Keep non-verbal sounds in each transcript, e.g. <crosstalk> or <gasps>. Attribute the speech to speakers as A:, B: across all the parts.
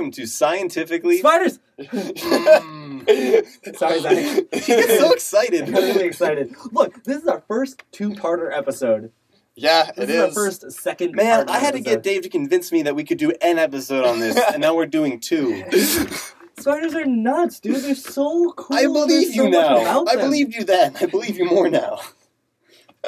A: him to scientifically.
B: Spiders! <laughs> Sorry,
A: <laughs>
B: Zach.
A: he gets so excited.
B: I'm really excited. Look, this is our first two-parter episode.
C: yeah,
B: This
C: it
B: is, our
C: is.
B: first
A: <laughs>
B: second.
A: Man, I had to get Dave to convince me that we could do an episode on this, and now we're doing
B: <laughs>
A: two.
B: Spiders are nuts, dude.
A: <laughs>
B: They're so cool.
A: I believe
B: There's so
A: you
B: much
A: now.
B: about
A: I
B: them.
A: believed you then. I believe you more now.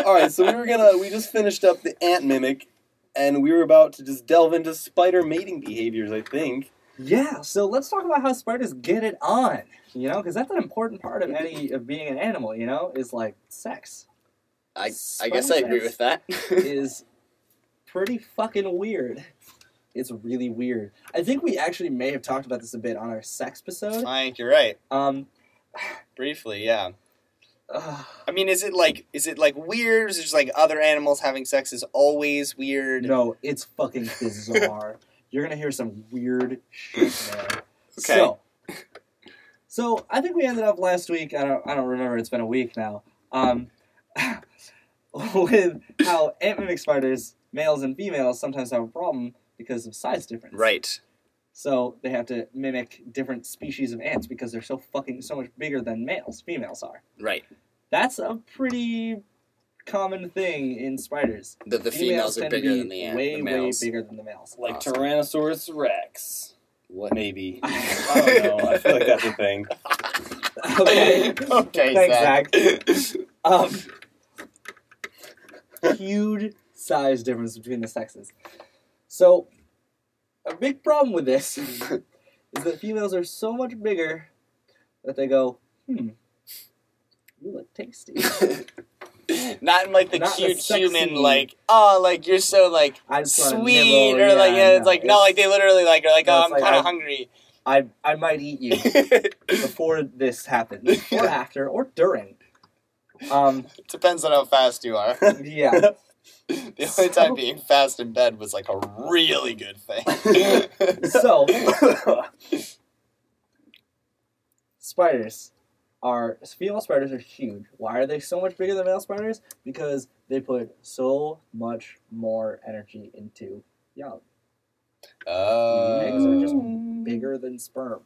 A: All right, so we were gonna we just finished up the ant mimic, and we were about to just delve into spider mating behaviors. I think.
B: Yeah, so let's talk about how spiders get it on. You know, because that's an important part of any of being an animal. You know, is like sex
C: I, <laughs> I guess I agree with that. <laughs>
B: is pretty fucking weird. It's really weird. I think we actually may have talked about this a bit on our sex episode.
C: I think you're right.
B: Um,
C: Briefly, yeah.
B: ugh,
C: I mean, is it like is it like weird? Is it just like other animals having sex is always weird?
B: no, it's fucking
C: <laughs>
B: bizarre. You're gonna hear some weird shit, man.
C: Okay.
B: So, so I think we ended up last week. I don't. I don't remember. It's been a week now. Um, <laughs> with how ant mimic spiders, males and females, sometimes have a problem because of size difference.
C: Right.
B: So they have to mimic different species of ants because they're so fucking so much bigger than males. Females are.
C: Right.
B: That's a pretty common thing in spiders.
C: That the females, are
B: tend to
C: bigger
B: be
C: than the, ant,
B: way,
C: the males.
B: way bigger than the males.
C: <laughs>
A: Like
C: Awesome.
A: Tyrannosaurus Rex,
C: What?
A: maybe. I don't know. I feel
C: <laughs>
A: like that's a
B: <laughs>
A: thing.
B: okay.
C: okay, <laughs>
B: Thanks,
C: Zach.
B: Um, huge size difference between the sexes. So, a big problem with this <laughs> is that females are so much bigger that they go, hmm, you look tasty.
C: Not in like the
B: Not the
C: cute
B: sexy-
C: human, like oh, like you're so like
B: I just wanna
C: sweet,
B: nibble,
C: or like
B: I
C: yeah, it's
B: know.
C: like no, like they literally like are like
B: No,
C: oh,
B: it's
C: I'm
B: like,
C: kind
B: I-
C: of hungry. <laughs>
B: I, I might eat you before this happens,
C: <laughs>
B: or after, or during. Um,
C: Depends on how fast you are. <laughs>
B: yeah.
C: The only time being fast in bed was like a really
B: <laughs>
C: good thing. <laughs>
B: So, spiders are female spiders are huge. Why are they so much bigger than male spiders? Because they put so much more energy into young. Eggs are just bigger than sperm.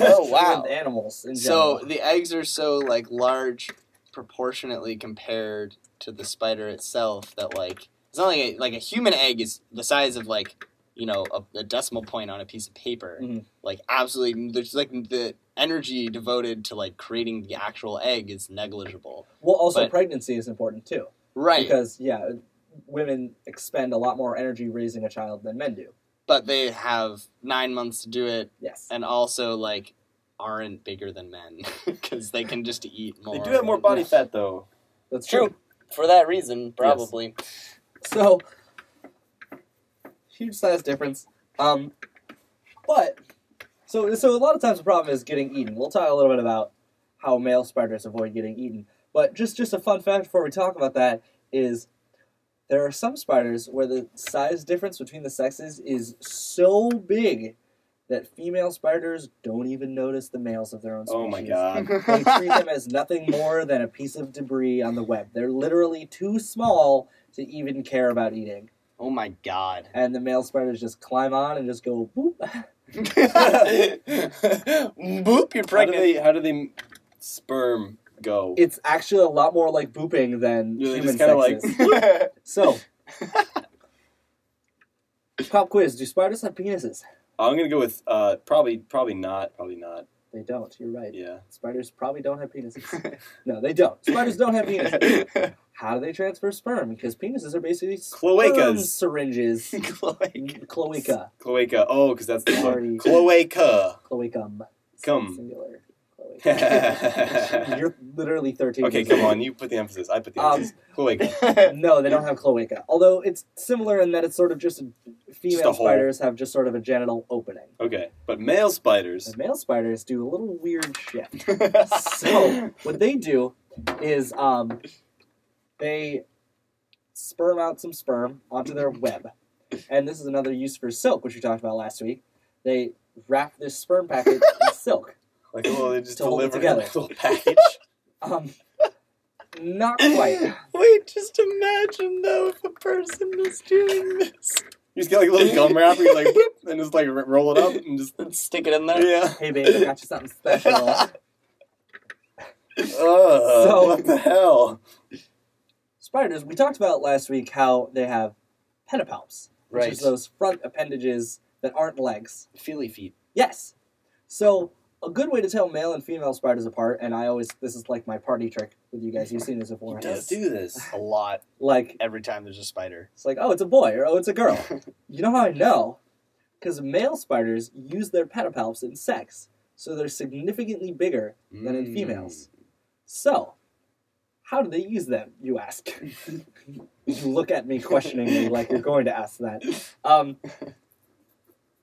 C: oh
B: With
C: wow!
B: animals in
C: So
B: general.
C: the eggs are so like large, proportionately compared to the spider itself. That like it's not like a, like a human egg is the size of like you know a, a decimal point on a piece of paper.
A: Mm-hmm.
B: Mhm.
C: Like absolutely, there's like the energy devoted to like creating the actual egg is negligible.
B: well, also
C: but-
B: pregnancy is important too,
C: Right,
B: because yeah, women expend a lot more energy raising a child than men do.
C: but they have nine months to do it,
B: Yes.
C: and also like aren't bigger than men <laughs> because they can just eat more.
A: They do have more body fat though.
B: That's
C: True. For that reason,
A: <laughs>
C: probably.
B: So huge size difference. Um, but so so a lot of times the problem is getting eaten. We'll talk a little bit about how male spiders avoid getting eaten. But just just a fun fact before we talk about that is there are some spiders where the size difference between the sexes is so big that female spiders don't even notice the males of their own species.
A: Oh my god.
B: <laughs>
A: <laughs>
B: They treat them as nothing more than a piece of debris on the web. They're literally too small to even care about eating.
C: Oh my god. <laughs>
B: And the male spiders just climb on and just go boop.
C: Boop,
A: How do
C: you're pregnant. <laughs>
A: they? How do they? Sperm go.
B: It's actually a lot more like booping than
A: Yeah, they just
B: human
A: kinda like-
B: sexes.
A: <laughs>
B: So, pop quiz: Do spiders have penises?
A: I'm gonna go with uh, probably probably not probably not.
B: They don't. You're right.
A: Yeah.
B: Spiders probably don't
A: <laughs>
B: have penises. no, they don't. Spiders don't have penises. How do they transfer sperm? Because penises are basically sperm
A: Cloacas. <laughs>
B: syringes,
C: Chloe.
B: cloaca,
A: Cloaca. Oh, because that's the
B: Sorry.
A: word. Cloaca.
B: cloacum.
A: Come.
B: Singular.
A: <laughs>
B: Cloaca.
A: okay,
B: You're literally 13. years
A: come
B: old. <laughs>
A: on. You put the emphasis. I put the
B: Um,
A: emphasis. Cloaca.
B: No, they don't have cloaca. Although it's similar in that it's sort of just female
A: Just a hole.
B: spiders have just sort of a genital opening.
A: Okay, but male spiders.
B: The male spiders do a little weird
A: <laughs>
B: shit. so what they do is um, they sperm out some sperm onto their web, and this is another use for silk, which we talked about last week. They wrap this sperm package
A: <laughs>
B: in silk.
A: Like, oh, they just
B: To hold it
A: deliver a
B: together.
A: little package.
B: Um, not quite.
C: Wait, just imagine though if a person was doing this.
B: <laughs>
A: You just get like a little gum wrapper. You're like, boop. and just like r- roll it up and just
C: Stick it in there.
A: yeah.
B: Hey, babe, I got you something special.
A: Ugh,
B: <laughs> So-
A: what the hell?
B: spiders, we talked about last week how they have pedipalps, which
C: Right.
B: is those front appendages that aren't legs.
C: Feely feet.
B: Yes. So a good way to tell male and female spiders apart, and I always this is like my party trick with you guys. You've seen this before.
C: He does.
A: do this.
C: A lot.
B: Like
C: Every time there's a spider.
B: it's like oh it's a boy or oh it's a
C: <laughs>
B: girl. you know how I know? Because male spiders use their pedipalps in sex, so they're significantly bigger than in
C: Mm.
B: females. So how do they use them? You
C: <laughs>
B: ask. you look at me questioningly like you're going to ask that.
C: <laughs>
B: Um,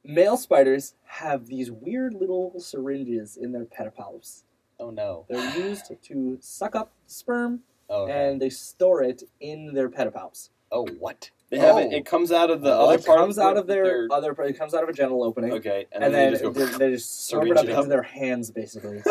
B: male spiders have these weird little syringes in their pedipalps.
C: Oh no.
B: They're used to suck up sperm
C: Oh. okay.
B: and they store it in their pedipalps.
C: oh what?
A: They have it.
C: Oh.
A: It comes out of the
B: Well,
A: other
B: it
A: part.
B: comes out of their
A: their-
B: other. It comes out of a genital opening,
A: Okay,
B: and, then,
A: they just
B: they
A: go.
B: just, they just serve it
A: syringe
B: up
A: it
B: into
A: up.
B: their hands,
C: <laughs>
B: basically.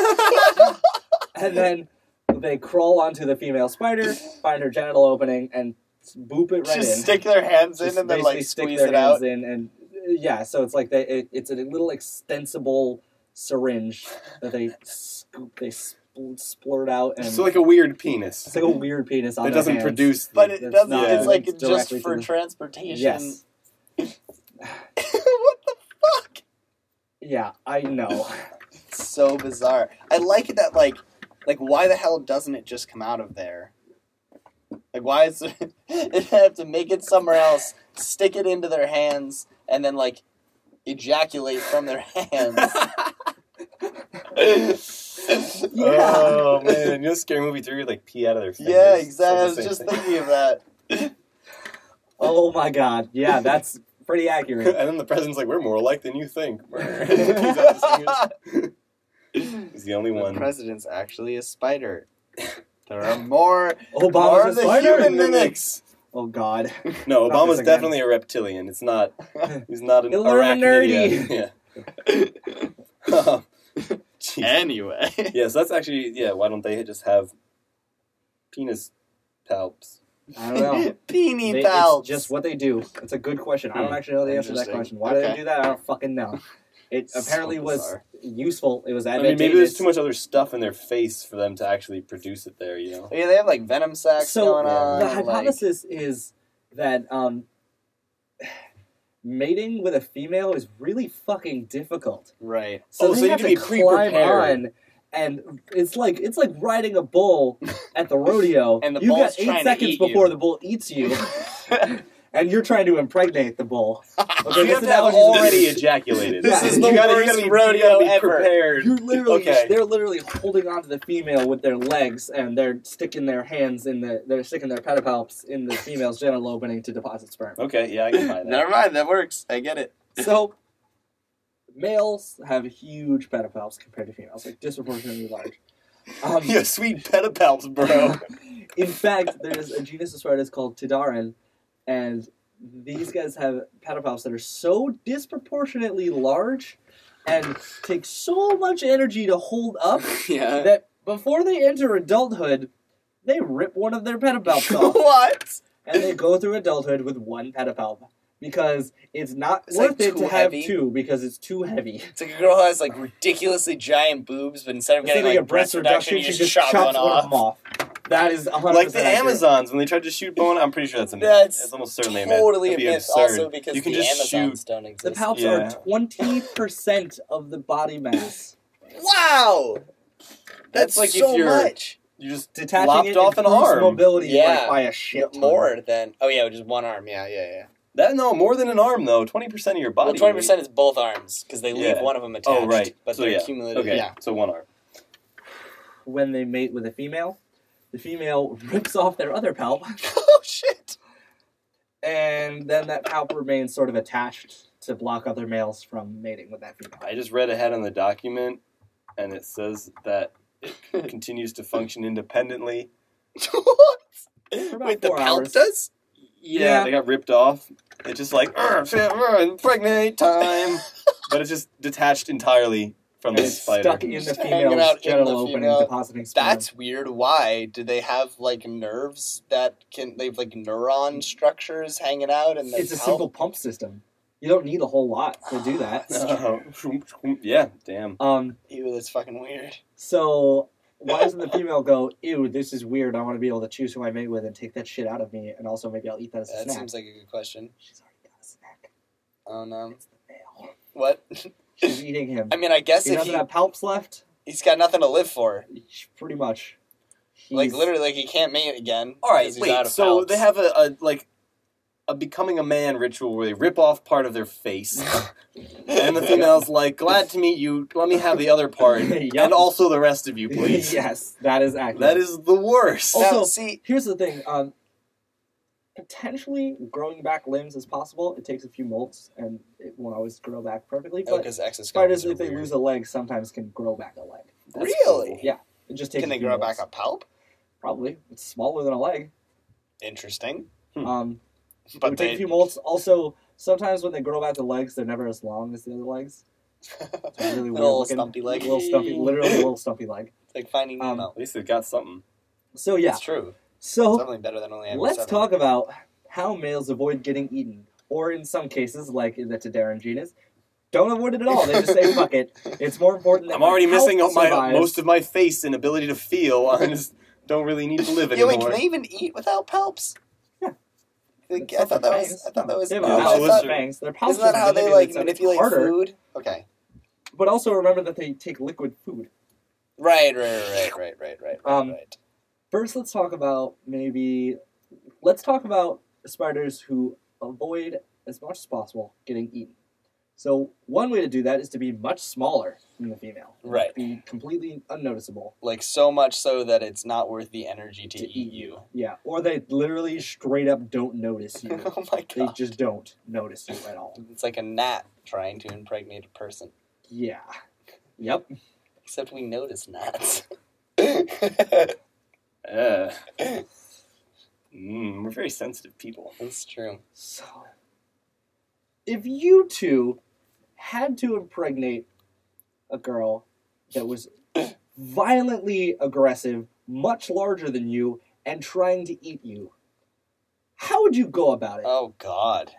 B: and then they crawl onto the female spider, find her genital opening, and boop it right
C: Just
B: in.
C: stick their hands in
B: Just
C: and then
B: basically
C: like
B: stick
C: squeeze
B: their
C: it
B: hands
C: out.
B: in and yeah so it's like they it, it's a little extensible syringe that they scoop they spl- splurt out
A: <laughs>
B: and
A: It's like a weird penis
B: it's like a weird penis on
A: that
B: their
A: doesn't
B: hands.
A: produce.
C: But it
B: That's
C: doesn't.
A: not-
C: It's like
B: it's
C: just
B: directly
C: for
B: to the-
C: transportation.
B: yes
C: <laughs> what the fuck?
B: yeah i know
C: It's so bizarre. I like that. Like, like why the hell doesn't it just come out of there? Like, why is <laughs> it, it have to make it somewhere else? Stick it into their hands and then like ejaculate from their
B: <laughs>
C: hands.
B: Yeah.
A: Oh man, you know, scary movie three, would, like pee out of their. Fingers.
C: yeah,
A: It's like
C: exactly. I was
A: the same
C: just
A: thing.
C: thinking of
A: <laughs>
C: that.
B: oh my god yeah that's
A: <laughs>
B: pretty accurate
A: and then the president's like, "We're more alike than you think." <laughs>
C: <laughs>
A: Pees out his fingers. He's the only
C: The
A: one.
C: president's actually a spider.
A: <laughs>
C: There are more. Are
B: obama's a
C: the
B: spider
C: human mimics?
B: oh god
A: No,
B: Not this
A: Obama's
B: again.
A: definitely a reptilian. It's not. He's not an
B: Illuminati.
A: arachnid yet. <laughs> Yeah. Um, jeez.
C: anyway.
A: yeah, so that's actually yeah. Why don't they just have penis palps?
B: i
C: <laughs>
B: don't know
C: Peony
B: They-
C: pals.
B: It's just what they do. It's a good question. I don't
A: Hmm.
B: actually know the answer to that question.
C: Interesting.
B: Why do they
C: Okay.
B: do that? I don't fucking know. It
C: So
B: apparently was
C: bizarre.
B: useful. It was
A: I
B: advantageous.
A: mean, maybe there's too much other stuff in their face for them to actually produce it there. You know.
C: Oh, yeah, they have like venom sacs
B: So,
C: going
A: yeah.
C: on.
B: The
C: like-
B: hypothesis is that um, <sighs> mating with a female is really fucking difficult.
C: right.
B: So
A: Oh,
B: they
A: so you
B: have
A: need to
B: to
A: be pre-prepared.
B: climb on, and it's like it's like riding a bull at the rodeo.
C: <laughs> And the
B: You've got
C: bull's trying
B: eight
C: to
B: seconds
C: eat you.
B: before the bull eats
C: <laughs>
B: you, and you're trying to impregnate the bull. Okay,
C: You
B: this
C: have to have
B: analogy is-
A: already ejaculated.
B: This is
A: You
C: the
A: gotta- you
C: worst
A: gotta be- you
C: rodeo
A: gotta be
C: ever.
A: Prepared.
B: You're literally
A: Okay.
B: they're literally holding onto the female with their legs and they're sticking their hands in the they're sticking their pedipalps in the female's genital opening to deposit sperm.
A: Okay, yeah, I can buy that.
C: Never mind, that works. I get it.
B: So males have huge pedipalps compared to females, like disproportionately large. Um,
A: Yeah, sweet pedipalps,
C: <laughs>
A: bro.
B: In fact, there's a genus of spiders called Tidaran, and these guys have pedipalps that are so disproportionately large and take so much energy to hold up
C: <laughs> yeah.
B: that before they enter adulthood, they rip one of their
C: <laughs>
B: pedipalps off
C: what?
B: and they go through adulthood with one pedipalp because it's not
C: It's, like,
B: worth it
C: too
B: to have
C: heavy.
B: two because it's too heavy.
C: It's like a girl who has like ridiculously giant boobs, but instead of
B: Instead
C: getting
B: of
C: like,
B: a breast reduction,
C: you
B: she
C: just,
B: just
C: chop
B: chops
C: one
B: one of
C: off.
B: them off. That is 100%
A: like the
B: accurate.
A: Amazons when they tried to shoot bone. I'm pretty sure that's a myth.
C: That's
A: it's almost certainly a myth.
C: totally a
A: That'd be
C: myth.
A: absurd.
C: Also, because
A: you can
C: the
A: just
C: Amazons
A: shoot.
C: don't
B: The
C: exist.
B: palps
A: Yeah.
B: are 20% of the body mass.
C: wow,
A: That's
C: that's,
A: like if
C: so
A: you're-
C: much
A: You just
B: <laughs> Detaching
A: lopped
B: it
A: off an
B: improves
A: arm.
B: mobility like,
C: Yeah.
B: by a shit ton.
C: more than. Oh yeah, just one arm. Yeah, yeah, yeah.
A: That no more than an arm though. Twenty percent of your body.
C: Well, twenty
A: weight.
C: percent is both arms because they leave
A: Yeah.
C: one of them attached.
A: Oh right.
C: but
A: so
C: they're
A: yeah.
C: cumulative.
A: Okay.
C: Yeah.
A: So one arm.
B: When they mate with a female, the female <laughs> rips off their other palp
C: <laughs> oh shit.
B: and then that palp remains sort of attached to block other males from mating with that female.
A: I just read ahead on the document, and it says that
C: <laughs>
A: it continues to function independently.
C: what?
B: For about
C: Wait, the
B: four
C: palp
B: hours.
C: does?
B: Yeah.
A: They got ripped off. It's just like "Arr, shit, arr, impregnate <laughs> time, but it's just detached entirely from
B: And
A: the
B: it's
A: spider.
B: stuck in the
C: Just hanging
B: female's
C: out in
B: genital
C: the
B: opening,
C: female.
B: depositing sperm.
C: That's weird. Why do they have like nerves that can? They have like neuron structures hanging out, and
B: it's a simple pump system. You don't need a whole lot to do that.
C: <laughs>
A: <laughs> yeah, damn.
B: Um,
C: Ew, that's fucking weird.
B: so why doesn't the female go, ew, this is weird. I want to be able to choose who I mate with and take that shit out of me, and also maybe I'll eat that as a
C: That
B: snack.
C: seems like a good question.
B: She's already got a snack.
C: Oh no.
B: It's the male.
C: What?
B: She's eating him.
C: <laughs> I mean, I guess
B: He
C: if
B: doesn't
C: he,
B: have palps left.
C: he's got nothing to live for.
B: Pretty much.
C: Like
B: He's- <laughs>
C: literally, like he can't mate again.
A: All right,
C: 'cause he's out
A: wait.
C: of
A: So
C: palps.
A: they
C: <laughs>
A: have a, a like a becoming a man ritual where they rip off part of their <laughs> face, and the female's like, "Glad to meet you. Let me have the other part, <laughs>
B: Yup.
A: and also the rest of you, please." <laughs>
B: yes, that is accurate.
A: That is the worst.
B: Also-
C: now, see,
B: Here's the thing. Um, potentially growing back limbs is possible. It takes a few molts, and it won't always grow back perfectly. But
C: because exoskeletons
B: spiders,
C: Oh, are
B: if they
C: weird.
B: lose a leg, sometimes can grow back a leg.
A: That's
C: really?
A: cool.
B: It just takes.
C: can
B: a
C: they
B: few
C: grow
B: molts.
C: back a palp?
B: Probably. It's smaller than a leg.
C: Interesting,
A: Hmm.
B: Um, it
C: but
B: would take
C: they <laughs>
B: a few molts. Also, sometimes when they grow back the legs, they're never as long as the other legs. It's really
C: <laughs>
B: weird
C: little
B: looking.
C: stumpy leg.
B: Little
C: <laughs>
B: stumpy, literally a little stumpy leg.
C: It's like finding
B: Um,
C: Nemo.
A: At least they've got something.
B: So yeah.
C: It's true.
B: So
C: Something better than only having
B: Let's
C: seven.
B: talk about how males avoid getting eaten, or in some cases, like in the Todaran genus, don't avoid it at all. They just say, "Fuck
C: <laughs>
B: it." It's more important. That
A: I'm already
B: health
A: missing my
B: survives.
A: most of my face and ability to feel. <laughs> I just don't really need to live
C: Yeah, wait,
A: anymore.
C: can they even eat without palps?
B: Yeah.
C: Like,
B: It's
C: I
B: not
C: thought
B: their
C: that was.
B: fangs.
C: I thought that was.
B: They have
A: Yeah,
C: I
A: but
B: mouths
A: it's
B: and
C: thought-
A: true.
B: fangs. Their palps
C: Isn't that
B: are
C: how they
B: manipulated,
C: like
B: so it's
C: manipulate
B: harder.
C: food? Okay.
B: But also remember that they take liquid food.
C: Right, right, right, right, right, right, right.
B: Um,
C: right.
B: First, let's talk about maybe. Let's talk about spiders who avoid as much as possible getting eaten. So one way to do that is to be much smaller than the female,
C: Right.
B: be completely unnoticeable.
C: Like so much so that it's not worth the energy to,
B: to
C: eat you. <laughs>
B: Yeah, or they literally straight up don't notice you.
C: <laughs> oh my
B: they
C: god.
B: just don't notice you at all.
C: It's like a gnat trying to impregnate a person.
B: Yeah. Yep.
C: Except we notice gnats. <laughs>
A: Uh, mm, we're very sensitive people.
C: That's true.
B: So, if you two had to impregnate a girl that was <clears throat> violently aggressive, much larger than you, and trying to eat you, how would you go about it?
C: Oh god.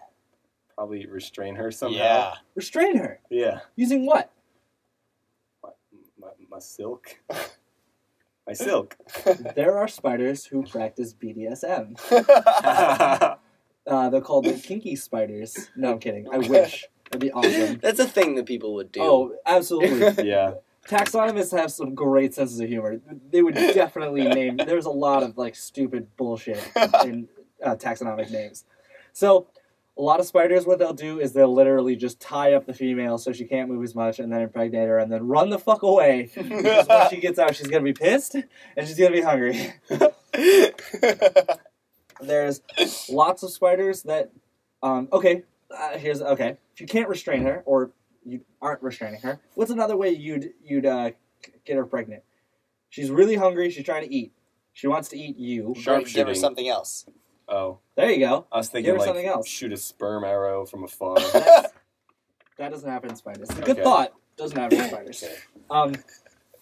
A: Probably restrain her somehow.
C: Yeah.
B: Restrain her
A: Yeah.
B: using what?
A: My, my, my silk. <laughs>
C: <laughs>
A: My silk. <laughs>
B: there are spiders who practice BDSM.
C: <laughs>
B: Uh, they're called the kinky spiders. No, I'm kidding. I wish. That'd be awesome.
C: <laughs> That's a thing that people would do. <laughs>
B: Oh, absolutely.
A: yeah.
B: Taxonomists have some great senses of humor. They would definitely name. There's a lot of like stupid bullshit in uh, taxonomic names. So, a lot of spiders, what they'll do is they'll literally just tie up the female so she can't move as much, and then impregnate her, and then run the fuck away. Because when she gets out, she's gonna be pissed and she's gonna be hungry. There's lots of spiders that. Um, okay, uh, here's okay. If you can't restrain her, or you aren't restraining her, what's another way you'd you'd uh, c- get her pregnant? She's really hungry. She's trying to eat. She wants to eat you.
C: Give her
A: Sharpshooting.
C: something else.
A: Oh,
B: There you go.
A: I was
B: Give
A: thinking
B: her
A: like
B: something else.
A: shoot a sperm arrow from afar. <laughs>
B: That's- that doesn't happen in spiders. It's a Good
A: Okay.
B: thought. Doesn't happen in spiders. Um,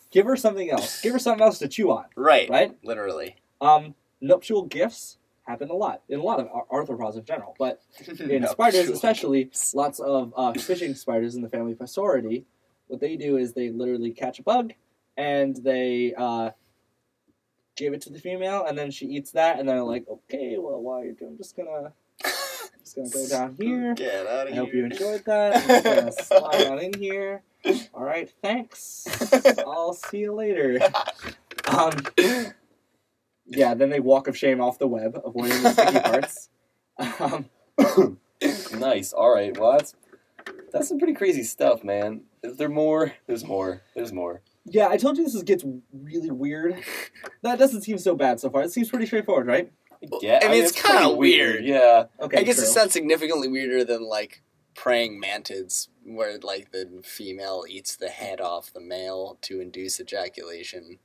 B: give her something else. Give her something else to chew on.
C: Right.
B: Right. <laughs>
C: Literally.
B: Um, nuptial gifts happen a lot in a lot of ar- arthropods in general, but
C: <laughs>
B: in spiders, especially lots of uh, fishing spiders in the family Passoridae, what they do is they literally catch a bug and they uh, give it to the female, and then she eats that, and they're like, okay, well, while you're doing, I'm just gonna, I'm just gonna
C: <laughs>
B: go down here.
C: Get out
B: I
C: of
B: hope you
C: here.
B: enjoyed that. I'm just
C: <laughs>
B: gonna slide on in here. All right, thanks.
C: <laughs>
B: I'll see you later. Um, yeah, then they walk of shame off the web, avoiding the
C: <laughs>
B: sticky parts. Um,
A: nice. All right. Well, that's that's some pretty crazy stuff, man. Is there more? There's more. There's more.
B: Yeah, I told you this is, gets really weird. That doesn't seem so bad so far. It seems pretty straightforward, right?
A: Yeah.
C: I mean, it's
A: pretty
C: kinda weird.
A: Yeah.
B: Okay.
C: I guess
B: true.
C: it sounds significantly weirder than like praying mantids, where like the female eats the head off the male to induce ejaculation.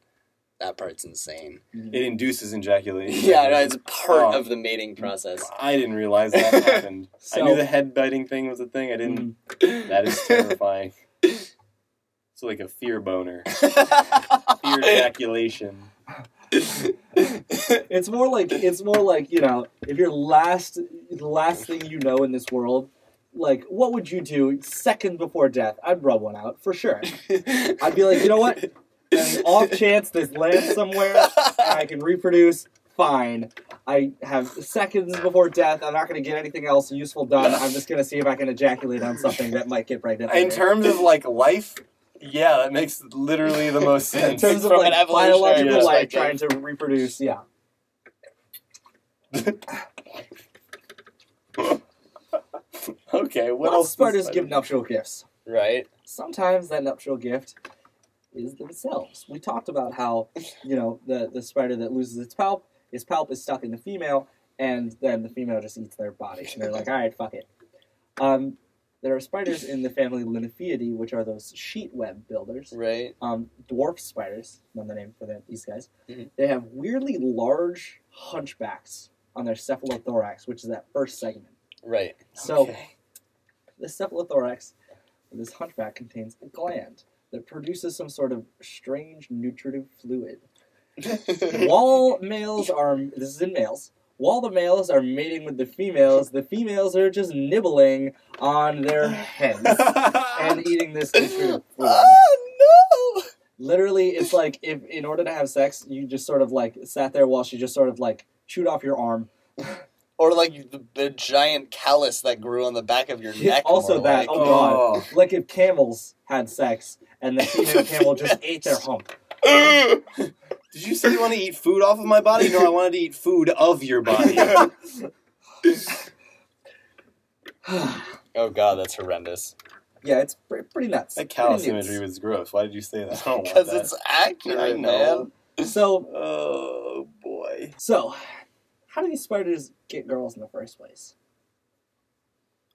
C: That part's insane.
A: It induces ejaculation. <laughs>
C: <laughs> Yeah, no, it's part
A: Oh.
C: of the mating process.
A: I didn't realize <laughs> that happened.
B: So-
A: I knew the head biting thing was a thing. I didn't. <laughs> That
C: <laughs>
A: is <laughs> terrifying. It's like a fear <laughs> boner, fear ejaculation.
B: It's more like it's more like you know, if your last the last thing you know in this world like what would you do seconds before death? I'd rub one out for sure.
C: I'd
B: I'd be like, you know what? An off chance this lands somewhere and I can reproduce. Fine. I have seconds before death. I'm not going to get anything else useful done. I'm just going to see if I can ejaculate on something that might get pregnant.
A: In
B: later.
A: terms of like life, yeah, that makes literally the <laughs> most
C: In
B: in
A: sense.
B: terms of
C: From
B: like
C: an evolutionary
B: biological life trying
C: perspective.
B: to reproduce, yeah.
A: okay, what
B: What
A: else?
B: else?
A: does
B: Spartans
A: spider- <laughs>
B: give nuptial gifts.
C: right.
B: sometimes that nuptial gift is themselves. We talked about how, you know, the, the spider that loses its palp, its palp is stuck in the female, and then the female just eats their body. And they're like, all right, fuck it. Um, there are spiders in the family Linifeidae, which are those sheet web builders.
C: Right.
B: Um, dwarf spiders, another name for them, these guys.
C: Mhm.
B: They have weirdly large hunchbacks on their cephalothorax, which is that first segment.
C: Right.
B: So
A: Okay.
B: the cephalothorax, this hunchback, contains a gland that produces some sort of strange nutritive fluid. While males are, this is in males, while the males are mating with the females, the females are just nibbling on their heads
A: <laughs>
B: and eating this nutritive
C: Ah,
B: fluid.
C: oh
B: Literally, it's like if in order to have sex, you just sort of like sat there while she just sort of like chewed off your arm.
C: Or like the, the giant callus that grew on the back of your
B: Yeah,
C: neck.
B: also
C: more
B: that,
C: like.
B: oh. God. Like if camels had sex and the
C: <laughs>
B: female camel just ate their hump. <sighs>
A: Did you say you want to eat food off of my body? No, I wanted to eat food of your <laughs> body.
C: oh god, that's horrendous.
B: Yeah, it's pre- pretty nuts.
A: that callus
B: Pretty nuts.
A: imagery was gross. Why did you say <laughs> that? I don't want
C: Because
A: that.
C: it's accurate,
A: I know.
B: So,
A: Oh boy.
B: so, how do these spiders get girls in the first place?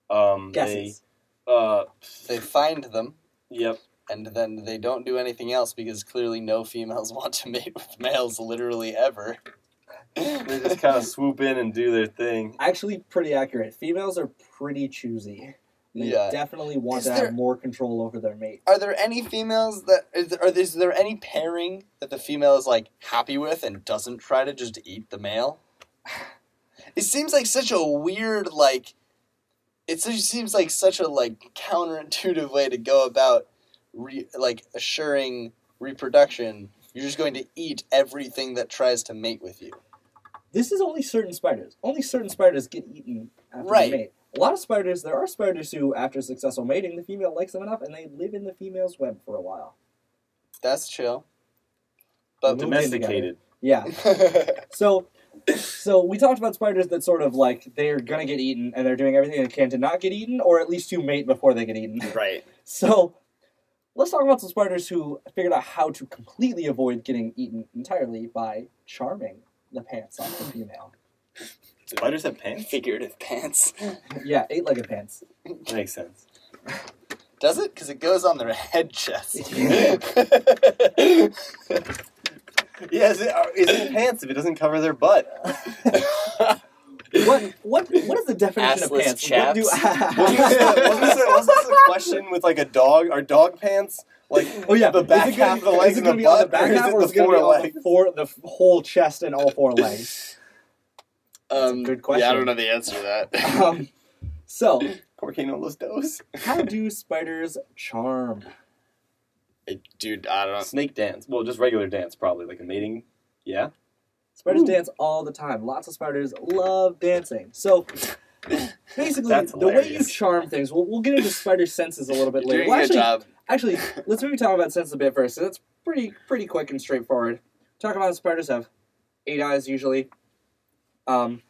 A: Um,
B: Guesses.
A: They, uh,
C: man. They find them,
A: yep.
C: and then they don't do anything else because clearly no females <laughs> want to mate with males literally ever.
A: <laughs> They just kind of swoop in and do their thing.
B: Actually, pretty accurate. Females are pretty choosy. They
C: Yeah.
B: definitely want
C: Is
B: to
C: there-
B: have more control over their mate.
C: Are there any females that is there, are there, is there any pairing that the female is like happy with and doesn't try to just eat the male? <sighs> It seems like such a weird like it su- seems like such a like counterintuitive way to go about re, like assuring reproduction. You're just going to eat everything that tries to mate with you.
B: This is only certain spiders. Only certain spiders get eaten after
C: Right.
B: they mate. A lot of spiders, there are spiders who, after successful mating, the female likes them enough and they live in the female's web for a while.
C: That's chill. But
B: Moved in
C: <laughs>
B: together.
A: Domesticated.
B: Yeah. So, so we talked about spiders that sort of like they're gonna get eaten and they're doing everything they can to not get eaten, or at least to mate before they get eaten.
A: Right.
B: So, let's talk about some spiders who figured out how to completely avoid getting eaten entirely by charming the pants off the female.
A: Spiders have pants.
C: figurative pants.
B: Yeah, eight-legged pants.
A: Makes sense.
C: Does it? Because it goes on their <laughs> head chest. <laughs>
B: Yeah.
A: Yeah, is it, are- is it pants if it doesn't cover their butt? <laughs>
B: What what what is the definition
C: Assless
B: of pants?
C: chaps.
A: Wasn't
B: What
A: this, a,
B: do
A: wasn't this a- wasn't this a question with like a dog? Are dog pants like
B: <laughs> Oh yeah,
A: the
B: Is it
A: back
B: gonna-
A: half of the legs
B: Is it
A: and
B: gonna
A: the
B: be on the
A: butt,
B: back
A: or is
B: half,
A: it
B: or
A: the
B: is it gonna be on the
A: foreleg?
B: four, the whole chest and all four legs? That's a
C: Um,
B: good question.
C: Yeah, I don't know the answer to that.
B: Um, so,
A: Porcano los dos.
B: how do spiders charm?
C: It- Dude, I don't
A: Uh, Snake dance. Well, just regular dance, probably like a mating. Yeah.
B: Spiders
A: Ooh.
B: dance all the time. Lots of spiders love dancing. So, basically,
A: That's
B: the way you
A: hilarious.
B: charm things, we'll, we'll get into spider senses a little bit later.
C: You're doing
B: Well,
C: a good
B: actually,
C: job.
B: actually, let's maybe talk about senses a bit first. So that's pretty pretty quick and straightforward. Talk about spiders have eight eyes usually. Um,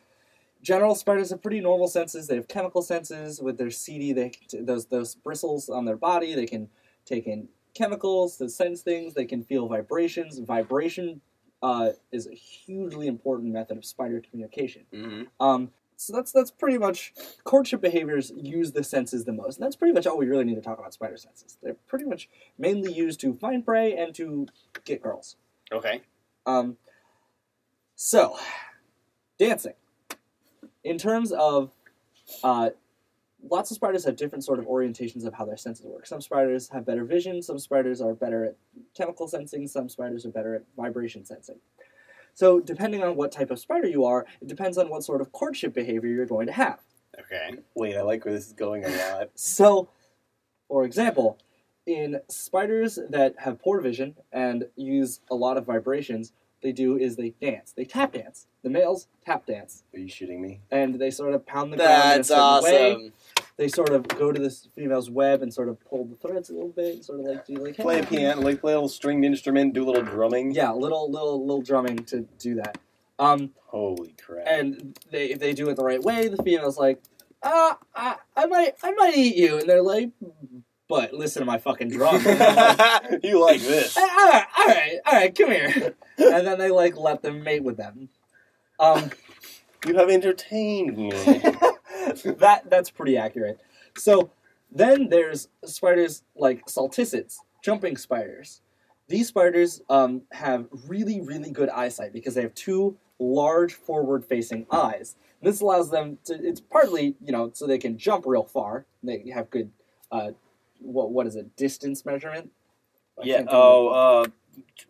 B: general spiders have pretty normal senses. They have chemical senses with their CD. They those those bristles on their body. They can take in chemicals to sense things. They can feel vibrations. Vibration uh, is a hugely important method of spider communication.
C: Mhm.
B: Um, so that's that's pretty much courtship behaviors use the senses the most, and that's pretty much all we really need to talk about spider senses. They're pretty much mainly used to find prey and to get girls.
C: Okay.
B: Um, so, dancing. In terms of, uh, lots of spiders have different sort of orientations of how their senses work. Some spiders have better vision. Some spiders are better at chemical sensing. Some spiders are better at vibration sensing. So, depending on what type of spider you are, it depends on what sort of courtship behavior you're going to have.
C: Okay.
A: Wait, I like where this is going a lot.
B: So, for example, in spiders that have poor vision and use a lot of vibrations, they do is they dance. They tap dance. The males tap dance,
A: Are you shooting me?
B: and they sort of pound the ground in a
C: That's
B: certain way.
C: awesome.
B: They sort of go to this female's web and sort of pull the threads a little bit, and sort of like do like
A: Play a
B: hey.
A: piano, like play a little stringed instrument, do a little drumming.
B: Yeah, little little little drumming to do that. Um,
A: Holy crap.
B: and they if they do it the right way, the female's like, ah, I, I might I might eat you, and they're like, but listen to my fucking drum. And I'm
A: <laughs>
B: like,
A: you like this.
B: all right, all right, all right,
A: <laughs>
B: come here. And then they like let them mate with them. Um,
A: You have entertained <laughs> me.
B: that that's pretty accurate. So then there's spiders like salticids, jumping spiders. These spiders um, have really really good eyesight because they have two large forward facing eyes. This allows them to. It's partly you know so they can jump real far. They have good. Uh, what what is it? Distance measurement. I
A: yeah.
B: can't think of it.
A: Oh. Uh,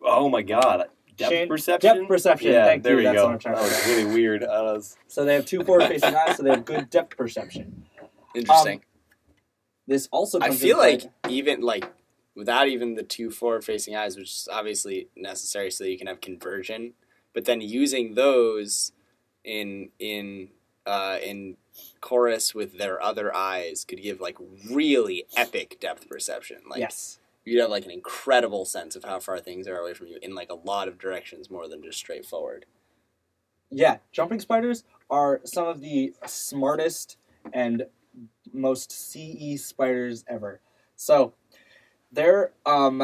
A: oh my God. Depth
B: Shane-
A: perception.
B: depth perception,
A: Yeah.
B: thank
A: there
B: you,
A: we
B: that's
A: go.
B: what I'm trying to
A: that was really weird. I was-
B: So they have two forward-facing eyes, so they have good depth perception.
C: Interesting.
B: This also
C: I
B: comes
C: feel
B: into play-
C: like even like without even the two forward facing eyes, which is obviously necessary so that you can have conversion, but then using those in in uh, in chorus with their other eyes could give like really epic depth perception. Like
B: yes,
C: you'd have like an incredible sense of how far things are away from you in like a lot of directions more than just straight forward.
B: yeah. Jumping spiders are some of the smartest and most CE spiders ever. So they're um,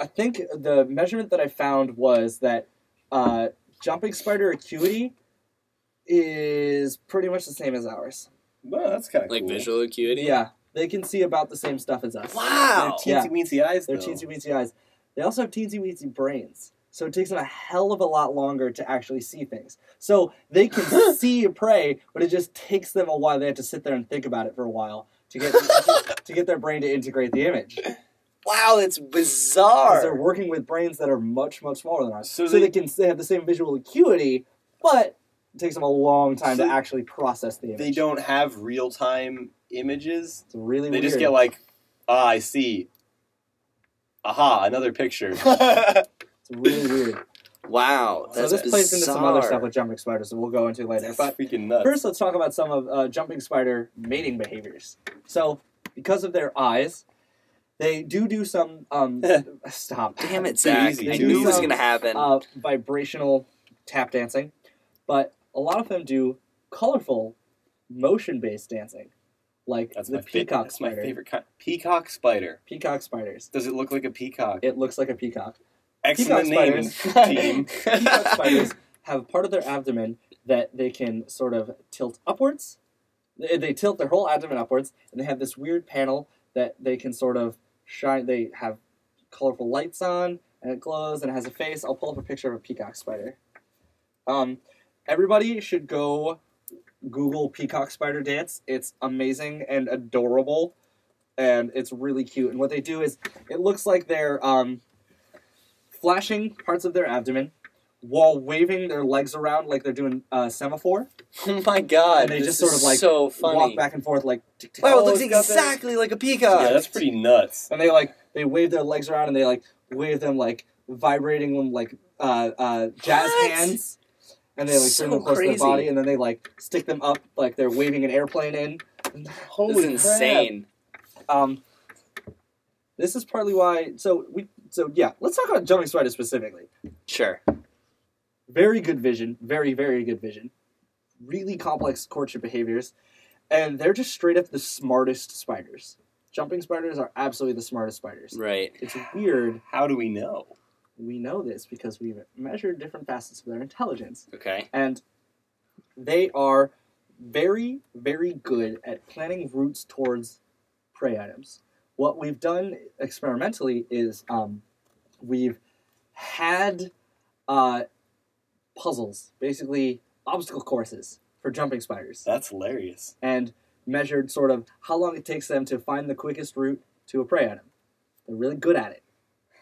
B: I think the measurement that I found was that uh, jumping spider acuity is pretty much the same as ours.
A: well, that's kind of
C: Like
A: cool.
C: visual acuity.
B: Yeah, they can see about the same stuff as us.
A: They're
C: Wow.
A: teensy
B: Yeah.
A: weensy eyes.
B: They're
A: though.
B: teensy weensy eyes. They also have teensy weensy brains. So it takes them a hell of a lot longer to actually see things. So
A: <laughs>
B: they can see prey, but it just takes them a while. They have to sit there and think about it for a while to get to get their brain to integrate the image.
C: Wow, that's
B: Because they're
C: bizarre.
B: working with brains that are much much smaller than ours.
A: So
B: So,
A: they-
B: they, can they have the same visual acuity, but it takes them a long time
A: So
B: to actually process the image.
A: They don't have real time images.
B: It's really
A: They
B: weird.
A: just get like, ah, I see. Aha, another
B: <laughs>
A: picture.
B: it's really weird.
A: <laughs>
C: Wow,
B: so
C: that's
B: this plays into some other
C: bizarre.
B: stuff with jumping spiders, so we'll go into later.
A: That's
B: But
A: freaking nuts.
B: First, let's talk about some of uh, jumping spider mating behaviors. So, because of their eyes, they do do some um, <laughs> stop.
C: <laughs> Damn it,
A: Too
C: Zach.
A: easy,
C: I
B: too
C: knew it was
B: easy.
C: going to happen.
B: Uh, vibrational tap dancing, but a lot of them do colorful motion-based dancing, like
A: that's
B: the
A: my fa-
B: peacock
A: That's my
B: spider.
A: favorite kind. Peacock spider.
B: Peacock spiders.
A: Does it look like a peacock?
B: It looks like a peacock.
A: Excellent
B: peacock
A: name,
B: spiders. <laughs>
A: team.
B: peacock spiders have part of their abdomen that they can sort of tilt upwards. They, they tilt their whole abdomen upwards, and they have this weird panel that they can sort of shine. They have colorful lights on, and it glows, and it has a face. I'll pull up a picture of a peacock spider. Um, everybody should go Google peacock spider dance. It's amazing and adorable, and it's really cute. And what they do is, it looks like they're um, flashing parts of their abdomen while waving their legs around like they're doing uh, semaphore.
C: <laughs> oh my god.
B: and they
C: this
B: just sort
C: is
B: of, like,
C: so funny.
B: Walk back and forth like. oh, tick, tick,
C: Wow, it
B: tick.
C: looks
A: it's got that-
C: exactly like a peacock.
A: yeah, that's pretty nuts.
B: and they like they wave their legs around and they like wave them like vibrating them like uh, uh, jazz
C: What?
B: hands, and they like
C: So
B: bring them close to
C: crazy.
B: their body, and then they like stick them up like they're waving an airplane in.
A: Holy
C: This is insane.
B: Um, this is partly why. So we so yeah, let's talk about jumping spider specifically.
C: Sure.
B: very good vision, very, very good vision, really complex courtship behaviors, and they're just straight up the smartest spiders. Jumping spiders are absolutely the smartest spiders.
C: Right.
B: It's weird
A: How do we know?
B: we know this because we've measured different facets of their intelligence,
C: Okay.
B: and they are very, very good at planning routes towards prey items. What we've done experimentally is um, we've had uh, puzzles, basically obstacle courses for jumping spiders,
A: That's hilarious.
B: and measured sort of how long it takes them to find the quickest route to a prey item. They're really good at it.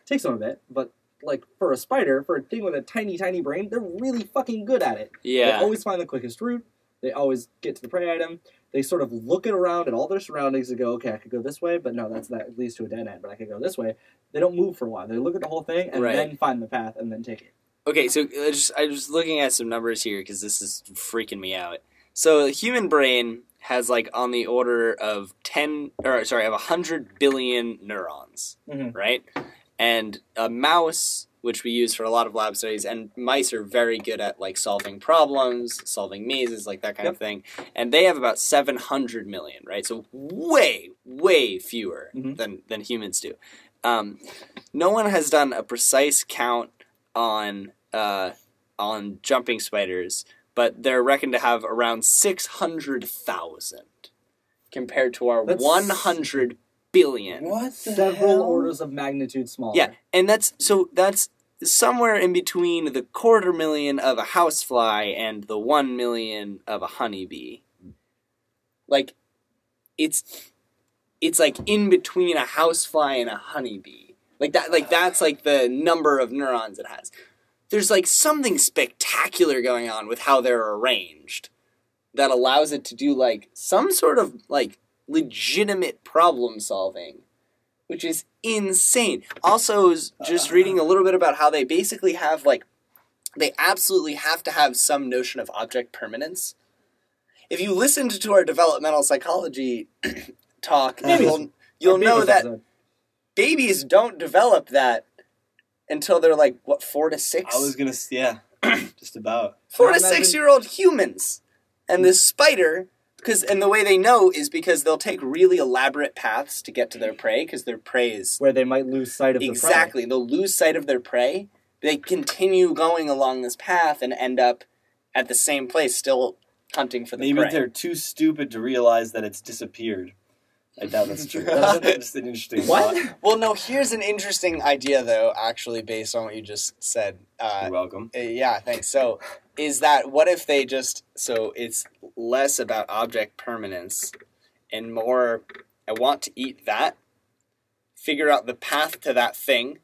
B: Takes them a bit, but like for a spider, for a thing with a tiny, tiny brain, they're really fucking good at it. They
C: Yeah.
B: always find the quickest route. They always get to the prey item. They sort of look it around at all their surroundings and go, okay, I could go this way, but no, that's that leads to a dead end. But I could go this way. They don't move for a while. They look at the whole thing and
C: Right.
B: then find the path and then take it.
C: Okay, so I just I was looking at some numbers here because this is freaking me out. So the human brain has like on the order of ten, or sorry, of hundred billion neurons,
B: Mhm.
C: right? And a mouse, which we use for a lot of lab studies, and mice are very good at like solving problems, solving mazes, like that kind of thing. And they have about seven hundred million, right? So way, way fewer
B: Mhm.
C: than than humans do. Um, no one has done a precise count on uh, on jumping spiders, but they're reckoned to have around six hundred thousand compared to our
B: That's-
C: one hundred billion.
A: What the
B: Several
A: hell?
B: orders of magnitude smaller.
C: Yeah, and that's so that's somewhere in between the quarter million of a housefly and the one million of a honeybee. Like, it's it's like in between a housefly and a honeybee. Like that. Like that's like the number of neurons it has. There's like something spectacular going on with how they're arranged that allows it to do like some sort of like legitimate problem solving which is insane. Also, I was
A: Uh.
C: just reading a little bit about how they basically have like they absolutely have to have some notion of object permanence. If you listened to our developmental psychology <clears throat> talk,
A: Babies.
C: you'll you'll
B: Our
C: know
B: Beatles
C: that
B: episode.
C: babies don't develop that until they're like what four to six
A: I was gonna, s- yeah, <clears throat> just about.
C: four to
B: Imagine-
C: six year old humans and this spider because and the way they know is because they'll take really elaborate paths to get to their prey because their prey is
B: where they might lose sight of the prey.
C: exactly they'll lose sight of their prey they continue going along this path and end up at the same place still hunting for the
A: Maybe
C: prey
A: they're too stupid to realize that it's disappeared. I doubt that's
B: <laughs>
A: true. That's just an interesting
B: What?
A: thought.
C: well no here's an interesting idea though actually based on what you just said uh,
A: You're welcome.
C: Uh, yeah, thanks. So, is that what if they just so it's less about object permanence and more I want to eat that, figure out the path to that thing,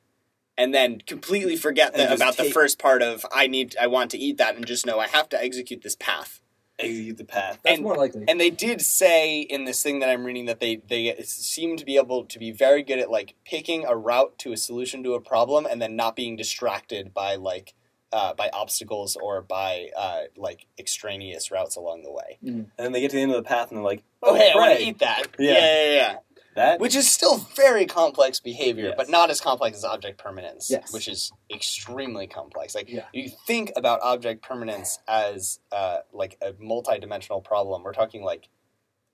C: and then completely forget
A: And
C: the,
A: just
C: about the
A: take-
C: first part of I need I want to eat that and just know I have to execute this path.
A: Execute the path.
B: That's
C: And-
B: more likely.
C: And they did say in this thing that I'm reading that they they seem to be able to be very good at like picking a route to a solution to a problem and then not being distracted by like uh, by obstacles or by uh, like extraneous routes along the way.
A: And then they get to the end of the path and they're like,
C: Oh,
A: oh,
C: hey, I want to
A: prey.
C: eat that.
A: Yeah.
C: Yeah, yeah, yeah. yeah.
A: that.
C: Which is still very complex behavior,
A: Yes.
C: but not as complex as object permanence,
B: Yes.
C: which is extremely complex. Like
B: Yeah.
C: you think about object permanence as uh, like a multi-dimensional problem. We're talking like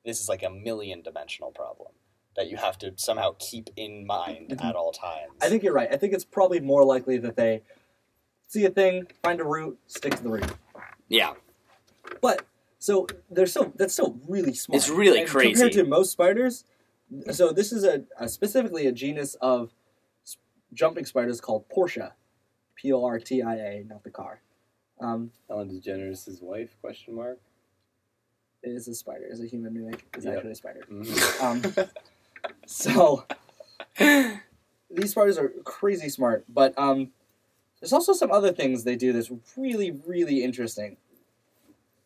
C: this is like a million-dimensional problem that you have to somehow keep in mind at all times.
B: Mm-hmm. I think you're right. I think it's probably more likely that they see a thing, find a root, stick to the root.
C: yeah,
B: But so they're still that's still really small.
C: It's really crazy.
B: compared to most spiders. So this is a, a specifically a genus of s- jumping spiders called Portia, P O R T I A, not the car. Um,
A: Ellen DeGeneres' wife? Question mark.
B: it is a spider. Is a human mimic. It's
A: Yep.
B: actually a spider.
A: Mhm.
B: Um, so these spiders are crazy smart, but um, there's also some other things they do that's really, really interesting.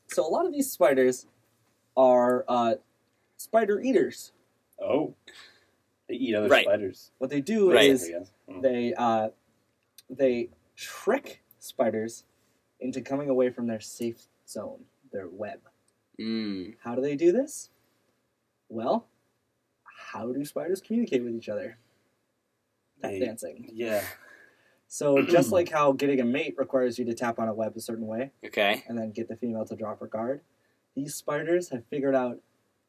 B: So a lot of these spiders are uh, spider eaters.
A: Oh, they eat other
C: Right.
A: spiders.
B: What they do
C: Right.
A: I
B: is
A: guess. Mm.
B: they uh, they trick spiders into coming away from their safe zone, their web.
C: mm.
B: How do they do this? Well, how do spiders communicate with each other? Tap
A: They-
B: dancing.
A: Yeah.
B: So just
C: <clears throat>
B: like how getting a mate requires you to tap on a web a certain way
C: okay.
B: and then get the female to drop her guard, these spiders have figured out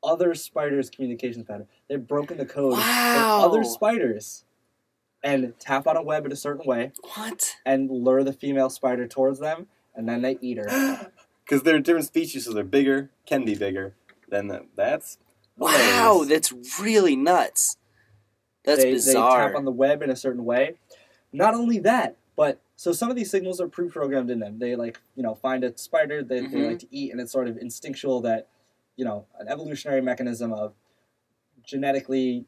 B: other spiders' communications pattern. They've broken the code
C: Wow.
B: of other spiders and tap on a web in a certain way
C: What?
B: and lure the female spider towards them and then they
C: <gasps>
B: eat her.
A: Because they're a different species, so they're bigger, can be bigger. Then that, that's
C: Wow,
A: hilarious.
C: that's really nuts. That's
B: they, they
C: bizarre.
B: tap on the web in a certain way. Not only that, but so some of these signals are pre-programmed in them. They like you know find a spider that they
C: Mhm.
B: like to eat, and it's sort of instinctual that you know an evolutionary mechanism of genetically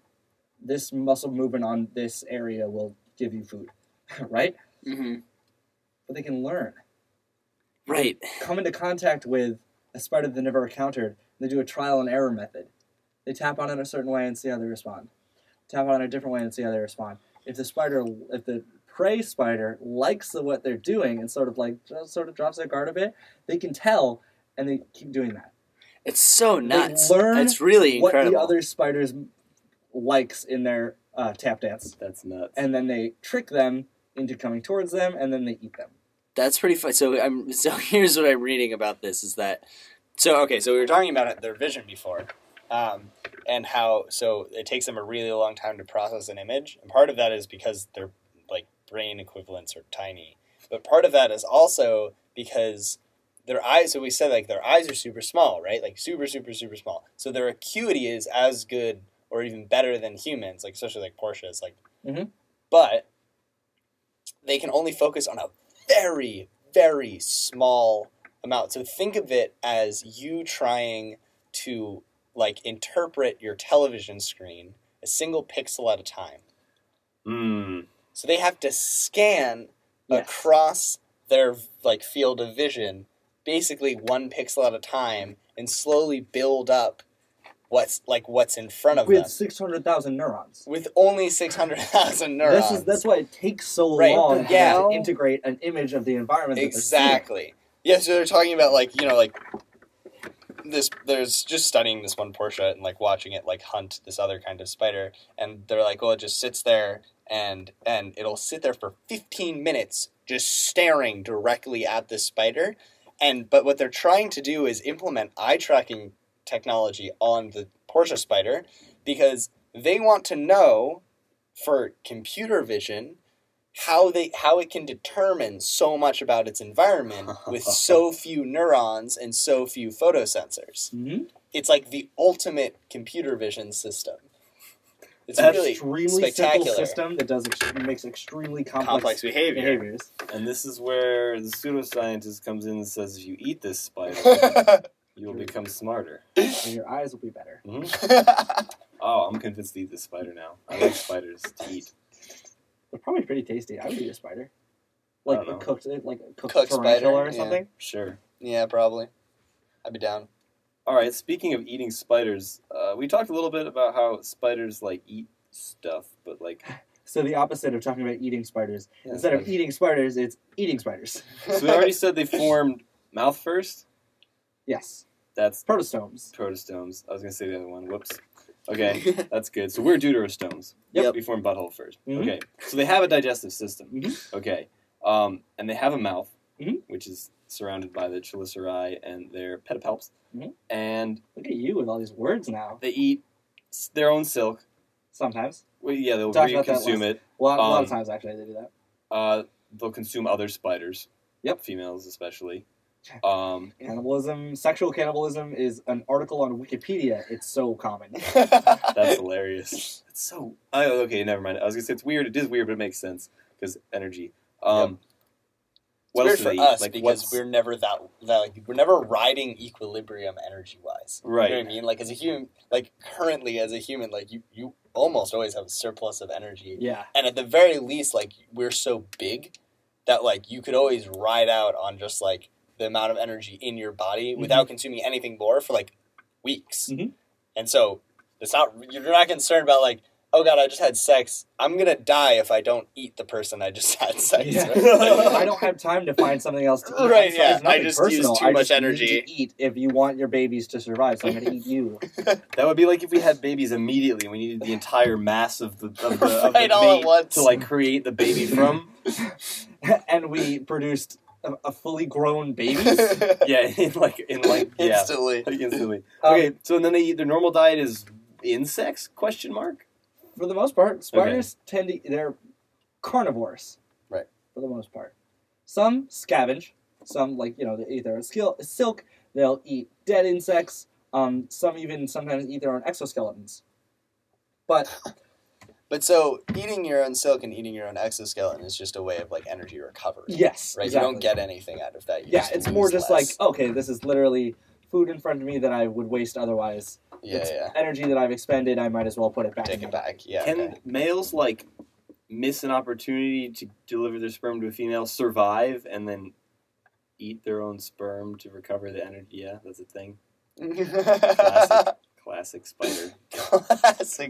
B: this muscle movement on this area will give you food, <laughs> right?
C: Mhm.
B: But they can learn
C: Right.
B: come into contact with a spider they've never encountered. They do a trial and error method. They tap on it a certain way and see how they respond. Tap on it a different way and see how they respond. If the spider, if the prey spider likes the, what they're doing and sort of like sort of drops their guard a bit, they can tell and they keep doing that.
D: It's so nuts.
B: learn
D: That's really
B: what
D: incredible.
B: the other spiders likes in their uh, tap dance,
A: That's nuts.
B: and then they trick them into coming towards them, and then they eat them.
D: That's pretty fun. So
C: <laughs>
D: I'm so here's what I'm reading about this is that
C: So okay, so we were talking about it, their vision before, um, and how so it takes them a really long time to process an image, and part of that is because their like brain equivalents are tiny, but part of that is also because their eyes. So we said like their eyes are super small, right? Like super, super, super small. So their acuity is as good or even better than humans, like especially like Portia's, like,
B: Mhm.
C: but they can only focus on a very, very small amount. So think of it as you trying to like interpret your television screen a single pixel at a time.
A: Mm.
C: So they have to scan
B: Yes.
C: across their like field of vision, basically one pixel at a time, and slowly build up what's like what's in front of
B: With
C: them
B: six hundred thousand neurons.
C: with only six hundred thousand neurons.
B: This is that's why it takes so
C: Right.
B: long
C: Yeah.
B: to integrate an image of the environment. that they're seeing.
C: Exactly. Yeah, so they're talking about like you know like this. There's just studying this one Porsche and like watching it like hunt this other kind of spider, and they're like, well, it just sits there and and it'll sit there for 15 minutes just staring directly at this spider, and but what they're trying to do is implement eye tracking technology on the Porsche spider because they want to know for computer vision how they how it can determine so much about
A: <laughs>
C: its environment with so few neurons and so few photosensors.
B: Mhm.
C: It's like the ultimate computer vision system. It's
B: An
C: really
B: extremely simple
C: spectacular.
B: system that does ex- makes extremely complex,
C: complex behavior.
B: behaviors.
A: And this is where the pseudoscientist comes in and says, if you eat this
C: <laughs>
A: spider,
C: I
A: you will become smarter.
B: And your eyes will be better.
A: Oh, I'm convinced to eat this spider now. I like spiders to eat.
B: They're probably pretty tasty. I would eat a spider,
A: I
B: like
A: don't know.
B: cooked, like a cooked,
C: Cooked
B: tarantula
C: spider,
B: or
C: yeah.
B: something.
A: Sure.
C: yeah, probably. I'd be down.
A: All right. Speaking of eating spiders, uh, we talked a little bit about how spiders like eat stuff, but like
B: So the opposite of talking about eating spiders.
A: yeah,
B: Instead <laughs> of eating spiders, it's eating spiders.
A: so we already said they formed mouth first.
B: Yes,
A: That's
B: protostomes.
A: protostomes. I was gonna say the other one. Whoops. Okay,
C: <laughs>
A: that's good. So we're deuterostomes.
C: Yep. Mm-hmm.
A: We form butthole 1st
B: Mhm.
A: Okay. So they have a digestive system.
B: Mhm.
A: Okay. Um, and they have a mouth,
C: Mm-hmm.
B: Mhm.
A: which is surrounded by the chelicerae and their pedipalps,
C: Mm-hmm.
B: Mhm.
A: and
B: Look at you with all these words now.
A: they eat s- their own silk.
B: Sometimes,
A: Well, yeah, they'll
B: Talked about that
A: consume
B: last-
A: it.
B: a lot, a lot of
A: Um,
B: times actually they do that.
A: Uh, they'll consume other spiders.
B: Yep.
A: Females especially. Um,
B: Cannibalism, sexual cannibalism is an article on Wikipedia. It's so common.
A: that's hilarious. It's so. I, okay, never mind. I was gonna say it's weird. It is weird, but it makes sense because energy. Um, What
C: it's
A: else do
C: weird
A: they
C: for
A: eat?
C: us
A: Like,
C: because
A: what's-
C: we're never that, that like, we're never riding equilibrium energy wise.
A: Right.
C: You know what I mean? Like as a human, like currently as a human, like you you almost always have a surplus of energy,
B: yeah,
C: <laughs> and at the very least, like we're so big that like you could always ride out on just like the amount of energy in your body
B: Mhm.
C: without consuming anything more for like weeks.
B: Mhm.
C: And so it's not you're not concerned about like. Oh god! I just had sex. I'm gonna die if I don't eat the person I just had sex
B: Yeah. <laughs>
C: with.
B: I don't have time to find something else to eat.
C: Right,
B: It's-
C: yeah.
B: it's nothing
C: I just
B: personal.
C: use too
B: I
C: much
B: just need
C: energy.
B: to eat if you want your babies to survive. So I'm going to eat you.
A: That would be like if we had babies immediately and we needed the entire mass of the, of the,
B: <laughs>
A: of
C: Right,
A: the
C: all at
A: mate
C: once.
A: to like create the baby from.
B: <laughs> and we produced a, a fully grown
C: <laughs>
B: babies.
A: yeah, in like in like yeah,
C: Instantly.
A: like instantly.
B: Um,
A: okay, so then they eat their normal diet is insects? Question mark.
B: for the most part, spiders tend to they're carnivores.
C: Right.
B: For the most part, some scavenge. Some like you know they eat their own skill, silk. They'll eat dead insects. Um, some even sometimes eat their own exoskeletons. But
C: But so eating your own silk and eating your own exoskeleton is just a way of like energy recovery.
B: yes,
C: Right?
B: exactly.
C: You don't get anything out of that. You
B: Yeah,
C: just
B: it's
C: lose
B: more just
C: less.
B: like okay, this is literally food in front of me that I would waste otherwise.
C: Yeah,
B: oh, it's
C: yeah.
B: Energy that I've expended, I might as well put it back.
C: Take
B: in
C: it
B: my-
C: back. Yeah.
A: Can
C: okay.
A: males like miss an opportunity to deliver their sperm to a female, survive, and then eat their own sperm to recover the energy. Yeah, that's a thing.
B: <laughs>
C: Classic.
A: Classic spider.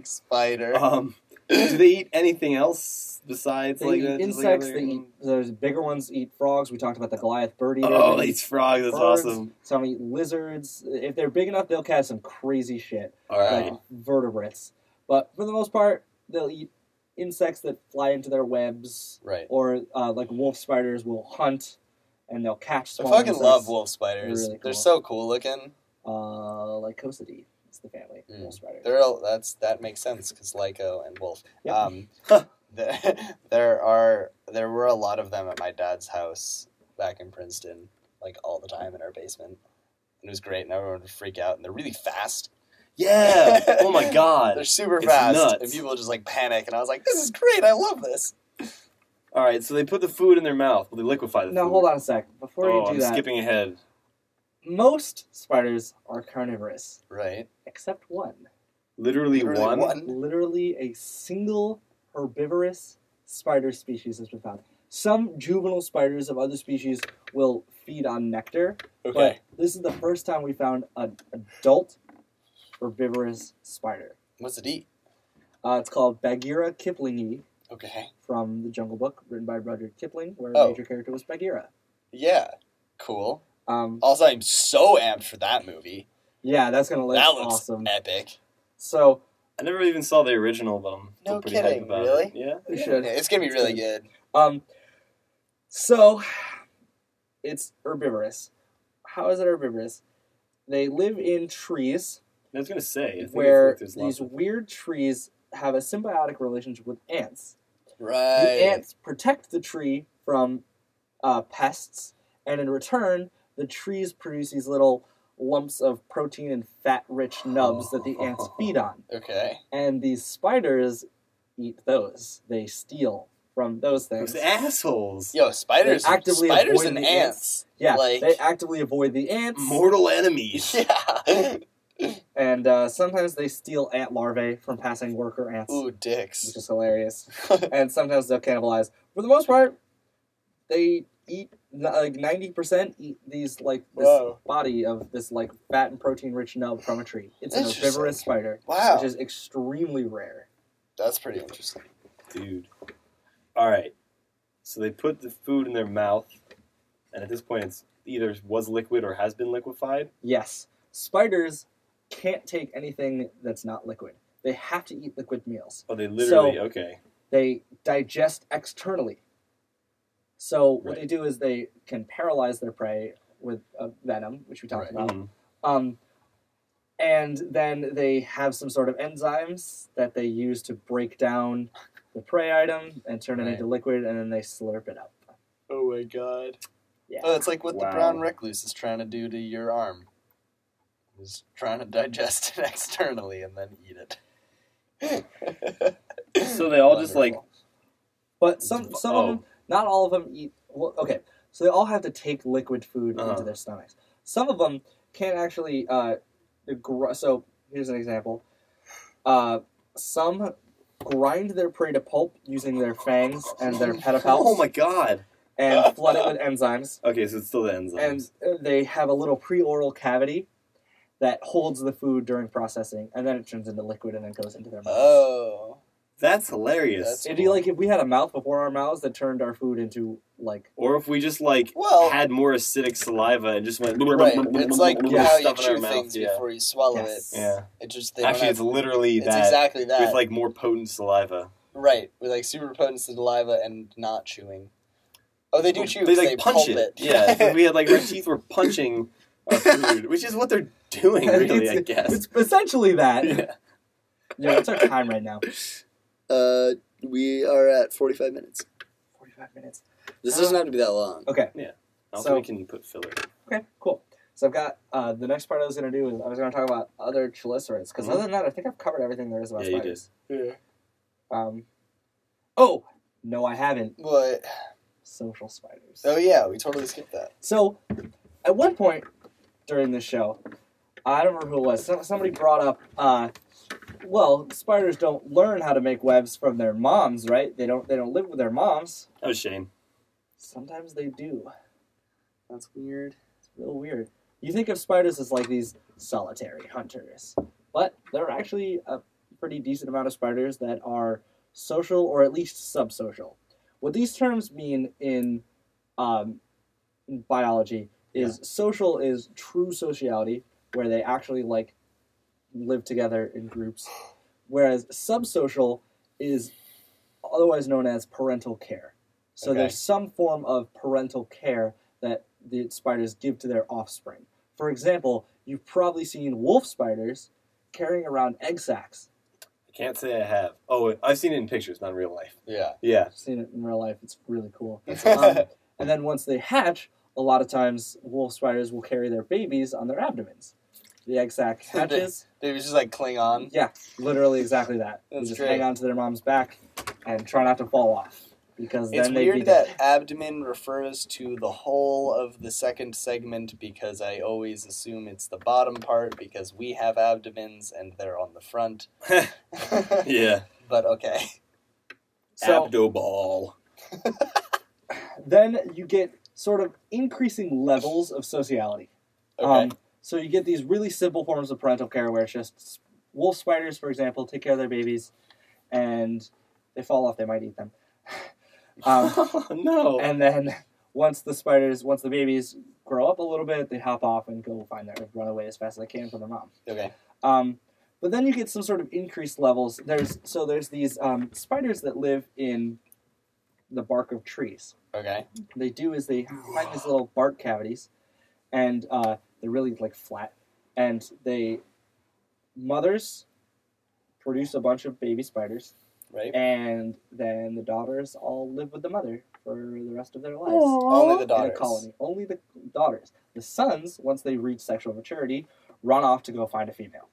C: spider.
B: Uh-huh.
A: Um, do they eat anything else besides
B: They
A: like
B: eat
A: uh, just, like,
B: insects,
A: other-
B: they eat, there's bigger ones eat frogs. We talked about the Goliath bird eater.
A: Oh,
B: They
A: they eat frogs. That's
B: birds.
A: awesome.
B: Some eat lizards. If they're big enough, they'll catch some crazy shit,
A: All right.
B: like vertebrates. But for the most part, they'll eat insects that fly into their webs,
C: Right.
B: or uh, like wolf spiders will hunt and they'll catch
C: I
B: small.
C: fucking
B: insects.
C: love wolf spiders.
B: They're
C: They're,
B: really cool.
C: so cool looking.
B: Uh, like Cosidae, it's the family of
C: Mm.
B: wolf spiders.
C: They're all, that's that makes sense because Lyco and wolf.
B: Yep.
C: Um, <laughs> there, there are there were a lot of them at my dad's house back in Princeton, like all the time in our basement. And it was great, and everyone would freak out. And they're really fast.
A: Yeah. Oh my
C: They're
A: god.
C: super
A: It's
C: fast,
A: nuts.
C: and people just like panic. And I was like, "This is great! I love this."
A: All right. So they put the food in their mouth. Well, they liquefy the
B: Now
A: food.
B: hold on a sec. Before
A: oh,
B: you do
A: I'm
B: that,
A: skipping ahead.
B: most spiders are carnivorous,
C: Right?
B: except one.
A: Literally,
C: Literally
A: one.
C: one.
B: Literally, a single herbivorous spider species has been found. Some juvenile spiders of other species will feed on nectar,
C: Okay.
B: but this is the first time we found an adult herbivorous spider.
C: What's it eat?
B: Uh, it's called Bagheera kiplingi
C: Okay.
B: from The Jungle Book, written by Rudyard Kipling, where
C: Oh.
B: a major character was Bagheera.
C: Yeah. Cool.
B: Um,
C: Also, I'm so amped for that movie.
B: yeah, that's gonna look
C: that looks e-
B: awesome.
C: epic.
B: So
A: I never even saw the original, but I'm still
C: No
A: pretty
C: kidding,
A: hyped about
C: really?
A: it. Yeah.
B: we should.
C: Yeah, It's gonna be really good.
B: Um, so it's herbivorous. How is it herbivorous? They live in trees
A: I was gonna say. I think I feel
B: where
A: like there's lots
B: these
A: of
B: weird trees have a symbiotic relationship with ants. The
C: Right.
B: ants protect the tree from uh, pests, and in return, the trees produce these little lumps of protein and fat-rich nubs that the ants
A: <laughs>
B: feed on.
C: Okay.
B: And these spiders eat those. They steal from those things.
A: those assholes.
C: Yo, spiders,
B: They actively
C: spiders
B: avoid
C: and
B: the
C: ants.
B: Yeah,
C: Like-
B: they actively avoid the ants,
A: Mortal
B: <laughs>
A: enemies.
C: <laughs> Yeah.
B: and uh, sometimes they steal ant larvae from passing worker ants,
C: Ooh,
B: which
C: dicks.
B: is
C: <laughs>
B: hilarious. and sometimes they'll cannibalize. For the most part, they eat n- like ninety percent eat these like this
C: Whoa.
B: body of this like fat and protein rich nub from a tree. It's an
C: Interesting.
B: herbivorous spider,
C: Wow,
B: which is extremely rare.
C: that's pretty interesting.
A: Dude. All right. So they put the food in their mouth, and at this point, it's either was liquid or has been liquefied.
B: Yes, spiders can't take anything that's not liquid. They have to eat liquid meals.
A: Oh, they literally.
B: So-
A: okay.
B: they digest externally. So what
A: Right.
B: they do is they can paralyze their prey with uh, venom, which we talked
C: Right.
B: about,
A: Mhm.
B: um, and then they have some sort of enzymes that they use to break down the prey item and turn it
C: Right.
B: into liquid, and then they slurp it up.
C: Oh my god.
B: Yeah.
C: Oh, it's like what
A: Wow.
C: the brown recluse is trying to do to your arm. He's trying to digest it <laughs> externally and then eat it.
A: So they all just, like,
C: Wonderful.
B: But some some
A: Oh.
B: of them, not all of them eat. Well, okay, so they all have to take liquid food
A: Uh-huh.
B: into their stomachs. Some of them can't actually. Uh, gr- so here's an example. Uh, some grind their prey to pulp using their fangs and their pedipalps
A: <laughs> Oh my god.
B: and flood it with enzymes.
A: Okay, so it's still the enzymes.
B: And uh, they have a little pre-oral cavity that holds the food during processing, and then it turns into liquid and then goes into their mouth.
C: <laughs> Oh.
A: That's hilarious.
C: That's-
B: It'd be like if we had a mouth before our mouths that turned our food into like
A: or if we just like
C: Well-
A: had more acidic saliva and just went.
C: Right.
A: <laughs>
C: It's like
A: Yeah.
C: how you
A: stuff in our
C: chew
A: mouth,
C: things
A: yeah.
C: before you swallow
B: Yes.
C: it.
A: Yeah.
C: It just they don't
A: Actually,
C: have-
A: it's literally
C: it's
A: that
C: exactly that.
A: with like more potent saliva.
C: Right, with like super potent saliva and not chewing. Oh, they do chew.
A: They
C: 'cause
A: like punch
C: pulp
A: it. Yeah,
C: <laughs>
A: if we had like our teeth were punching our food, which is what they're
C: <laughs>
A: doing, <laughs> really. I
B: It's-
A: guess.
B: It's essentially
A: <laughs>
B: that.
A: Yeah.
B: Yeah, what's our time right now?
C: uh, we are at forty-five minutes.
B: 45 minutes.
C: This doesn't have to be that long.
B: Okay,
A: I don't
B: So-
A: think we can put filler.
B: okay, cool. So I've got uh, the next part I was going to do is I was going to talk about other chelicerates, because
A: Mhm.
B: other than that, I think I've covered everything there is about
A: Yeah, you
B: spiders.
C: Yeah.
B: Um, oh, no, I haven't.
C: But
B: Social spiders.
C: oh yeah, we totally skipped that.
B: So, at one point during the show, I don't remember who it was. some- Somebody brought up, uh, well, spiders don't learn how to make webs from their moms, right? They don't. They don't live with their moms.
A: That was Shane.
B: Sometimes they do.
C: That's weird.
B: real weird. You think of spiders as like these solitary hunters, but there are actually a pretty decent amount of spiders that are social or at least subsocial. What these terms mean in, um, in biology is social is true sociality, where they actually like live together in groups, whereas subsocial is otherwise known as parental care. So
C: Okay.
B: there's some form of parental care that the spiders give to their offspring. For example, you've probably seen wolf spiders carrying around egg sacs.
A: I can't say I have. Oh, I've seen it in pictures, not in real life.
C: Yeah.
A: Yeah.
B: I've seen it in real life. It's really
C: <laughs>
B: cool. Um, and then once they hatch, a lot of times wolf spiders will carry their babies on their abbies. The egg sac
C: <laughs>
B: hatches.
C: They just like cling on.
B: yeah, literally exactly that. They
C: That's
B: just
C: great.
B: hang onto their mom's back and try not to fall off because
C: It's
B: then they'd be
C: weird
B: dead.
C: that abdomen refers to the whole of the second segment because I always assume it's the bottom part because we have abdomens and they're on the
A: <laughs>
C: front. <laughs>
A: yeah.
C: but okay.
B: So
A: Abdo ball.
B: then you get sort of increasing levels of sociality.
C: Okay.
B: Um, so you get these really simple forms of parental care where it's just wolf spiders, for example, take care of their babies, and they fall off, they might eat them. <laughs> Um,
A: <laughs> no.
B: and then once the spiders, once the babies grow up a little bit, they hop off and go find their run away as fast as they can from their mom.
C: okay.
B: Um, but then you get some sort of increased levels. There's so there's these um, spiders that live in the bark of trees
C: Okay.
B: they do is they find these little bark cavities, and uh, they're really like flat, and they mothers produce a bunch of baby spiders,
C: Right.
B: and then the daughters all live with the mother for the rest of their lives
C: Only the
B: in a
C: daughters.
B: colony. Only the daughters. The sons, once they reach sexual maturity, run off to go find a female.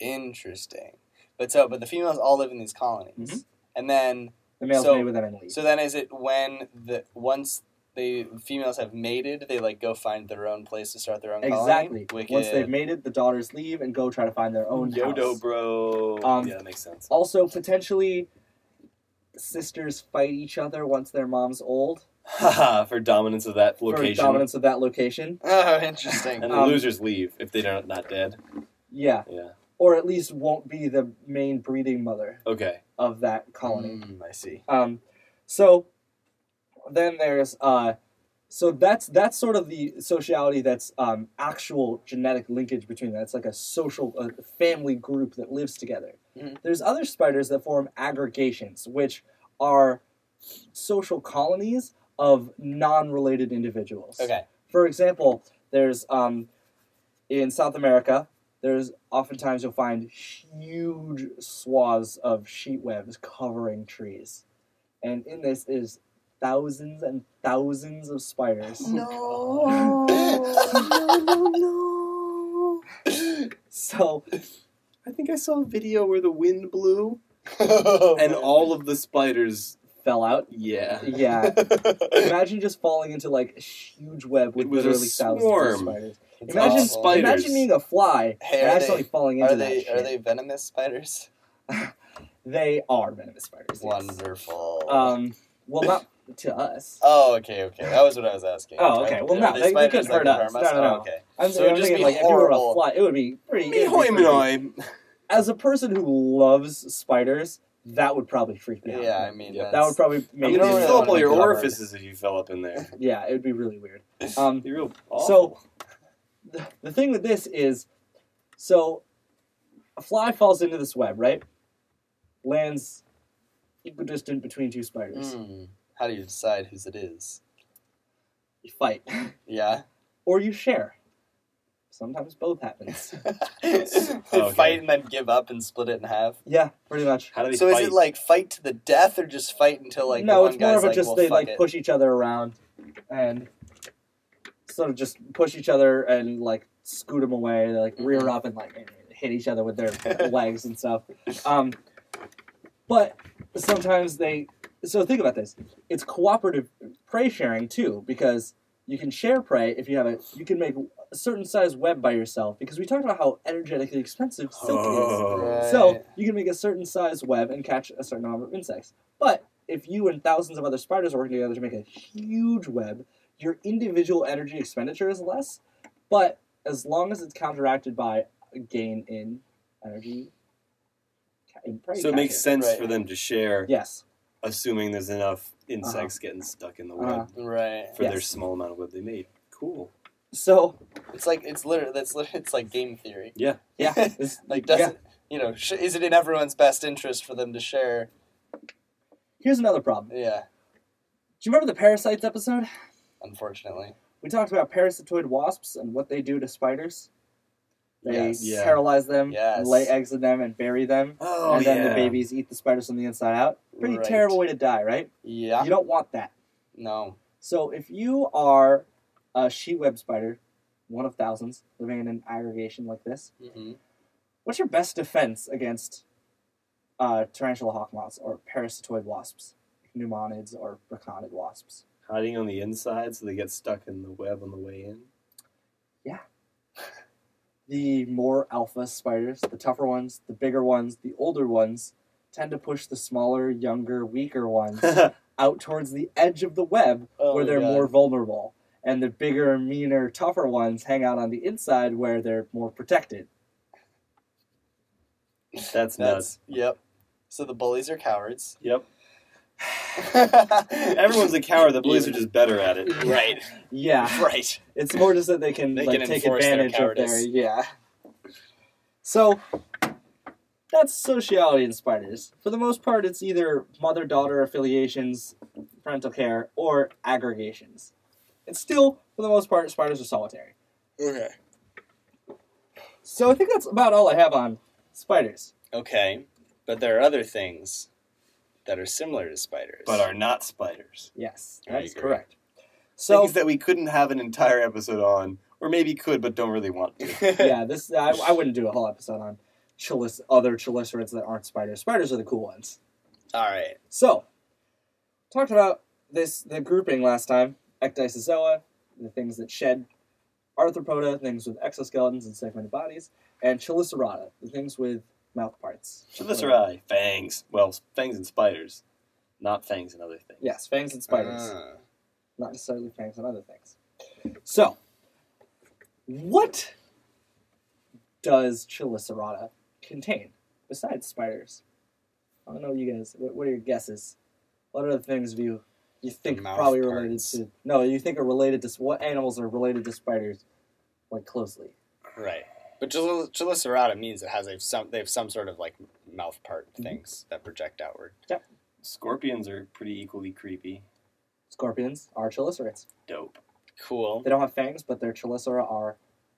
C: Interesting. But so, but the females all live in these colonies,
B: Mhm.
C: and then
B: The males
C: So-
B: stay with them and leave.
C: so then is it when the once the females have mated, they like go find their own place to start their own colony.
B: exactly. Once they've mated, the daughters leave and go try to find their own house.
A: Yodo bro.
B: Um,
A: yeah, that makes sense. <laughs>
B: Also, potentially, sisters fight each other once their mom's old
A: Haha, for dominance of that
B: for
A: location.
B: dominance of that location.
C: <laughs> Oh,
B: <laughs>
C: interesting.
A: And the
B: Um,
A: losers leave if they're not dead.
B: Yeah,
A: Yeah.
B: or at least won't be the main breeding mother
A: <laughs> Okay.
B: of that colony.
C: Mm, I see.
B: Um, so then there's uh, so that's that's sort of the sociality that's um, actual genetic linkage between that. It's like a social a family group that lives together.
C: Mhm.
B: There's other spiders that form aggregations, which are social colonies of non-related individuals.
C: Okay.
B: For example, there's um, in South America, there's oftentimes you'll find huge swaths of sheet webs covering trees, and in this is thousands and thousands of spiders.
D: No.
C: <laughs> No,
D: no, no.
B: So
A: I think I saw a video where the wind blew and
C: and
A: all of the spiders.
B: fell out.
A: Yeah.
B: Yeah, imagine just falling into like a huge web with
A: It was a
B: literally thousands
A: swarm.
B: of spiders.
C: It's
B: <laughs> Imagine
C: awful.
A: spiders.
B: Imagine being a fly
C: Hey,
B: and
C: are
B: accidentally
C: they-
B: falling into
C: Are they
B: that. shit.
C: are they venomous spiders?
B: They are venomous spiders. Yes.
C: Wonderful.
B: Um, well, not to us.
C: oh, okay, okay. That was what I was asking.
B: Oh, okay. Well, no,
C: Are they
B: they- they
C: spiders
B: couldn't
C: that
B: hurt
C: can
B: us.
C: harm
B: No, no,
C: Oh,
B: no.
C: okay.
B: I'm,
C: So it'd
B: I'm
C: just
B: thinking
C: be
B: like if you were a
C: horrible.
B: fly, it would be pretty. it'd be pretty-
A: <laughs> Mehoimenoi.
B: As a person who loves spiders, that would probably freak me
C: Yeah,
B: out.
C: I mean,
A: Yeah.
B: that
C: that's-
B: would probably
A: I
B: make
A: mean,
C: You
A: you
C: don't
A: would
C: really
A: fill up all
C: wanna
A: your
C: cover.
A: orifices if you fell up in there.
B: Yeah, it would be really
C: <laughs>
B: weird. Um,
A: You're real awful.
B: So the, the thing with this is, so a fly falls into this web, right? Lands equidistant between two spiders.
C: Hmm. How do you decide whose it is?
B: You fight, <laughs>
C: Yeah. <laughs>
B: or you share. Sometimes both
C: <laughs>
B: happens. Oh,
A: Okay.
C: Fight and then give up and split it in half.
B: yeah, pretty much.
A: how do they
C: So
A: fight?
C: is it like fight to the death or just fight until like the
B: no,
C: one
B: it's more
C: guy's
B: of a
C: like,
B: just
C: well,
B: they
C: fuck
B: like
C: it.
B: push each other around and sort of just push each other and like scoot them away. They like
C: Mm-hmm.
B: rear up and like hit each other
C: <laughs>
B: with their legs and stuff. Um, but sometimes they. So think about this. It's cooperative prey sharing too, because you can share prey if you have a. You can make a certain size web by yourself, because we talked about how energetically expensive silk is.
A: oh.
B: So
C: Right.
B: you can make a certain size web and catch a certain number of insects. But if you and thousands of other spiders are working together to make a huge web, your individual energy expenditure is less, but as long as it's counteracted by a gain in energy. ca- in prey
A: So it makes
B: capture.
A: sense
C: Right.
A: for them to share,
B: Yes.
A: assuming there's enough insects getting stuck in the web
B: Uh-huh.
C: Right.
A: for their
B: Yes.
A: small amount of web they made. Cool.
B: So
C: It's like it's literally that's lit it's like game theory.
A: Yeah.
B: yeah,
C: <laughs>
B: it's-
C: like
B: yeah.
C: doesn't you know sh- is it in everyone's best interest for them to share?
B: Here's another problem.
C: Yeah.
B: Do you remember the parasites episode?
C: Unfortunately.
B: We talked about parasitoid wasps and what they do to spiders. They
C: Yes.
A: Yeah.
B: paralyze them,
C: Yes.
B: lay eggs in them, and bury them.
A: Oh
B: and then the babies eat the spiders from the inside out. Pretty
C: Right.
B: terrible way to die, right?
C: Yeah.
B: You don't want that.
C: No.
B: So if you are a sheet web spider, one of thousands, living in an aggregation like this,
C: Mm-hmm.
B: what's your best defense against uh, tarantula hawk moths or parasitoid wasps, pneumonids or braconid wasps?
A: Hiding on the inside so they get stuck in the web on the way <laughs> in.
B: The more alpha spiders, the tougher ones, the bigger ones, the older ones, tend to push the smaller, younger, weaker ones out towards the edge of the web
C: Oh
B: where they're more vulnerable. And the bigger, meaner, tougher ones hang out on the inside where they're more protected.
A: That's nuts.
C: That's yep. So the bullies are cowards. <laughs>
A: Yep.
C: Everyone's
A: Everyone's a coward. The bullies are just better at it.
B: <laughs>
C: right.
B: Yeah.
C: <laughs> Right.
B: It's more just that they can
C: They
B: like
C: can
B: take
C: enforce their
B: advantage of their
C: cowardice.
B: yeah. So that's sociality in spiders. For the most part, it's either mother-daughter affiliations, parental care, or aggregations. And still, for the most part, spiders are solitary.
C: Okay.
B: So I think that's about all I have on spiders.
C: Okay. But there are other things that are similar to spiders.
A: But are not spiders.
B: Yes,
C: I
B: that is
C: agree.
B: correct. So
A: Things that we couldn't have an entire episode on, or maybe could, but don't really want to. <laughs>
B: yeah, this I, I wouldn't do a whole episode on chelis, other chelicerates that aren't spiders. Spiders are the cool ones.
C: All right.
B: So, talked about this the grouping last time: ecdysozoa, the things that shed; arthropoda, things with exoskeletons and segmented bodies; and chelicerata, the things with mouth parts.
A: Chelicerae, fangs. Well, fangs and spiders, not fangs and other things.
B: Yes, fangs and spiders,
C: Ah.
B: not necessarily fangs and other things. So, what does chelicerata contain besides spiders? I don't know you guys. What, what are your guesses? What are the things have you you think
C: Mouth
B: probably
C: parts.
B: related to? No, you think are related to s- what animals are related to spiders, like closely?
C: Right. But chel- chelicerata means it has a some they have some sort of like mouth part
B: Mhm.
C: things that project outward.
A: Scorpions are pretty equally creepy.
B: Scorpions are chelicerates.
A: Dope.
C: Cool.
B: They don't have fangs, but their chelicera are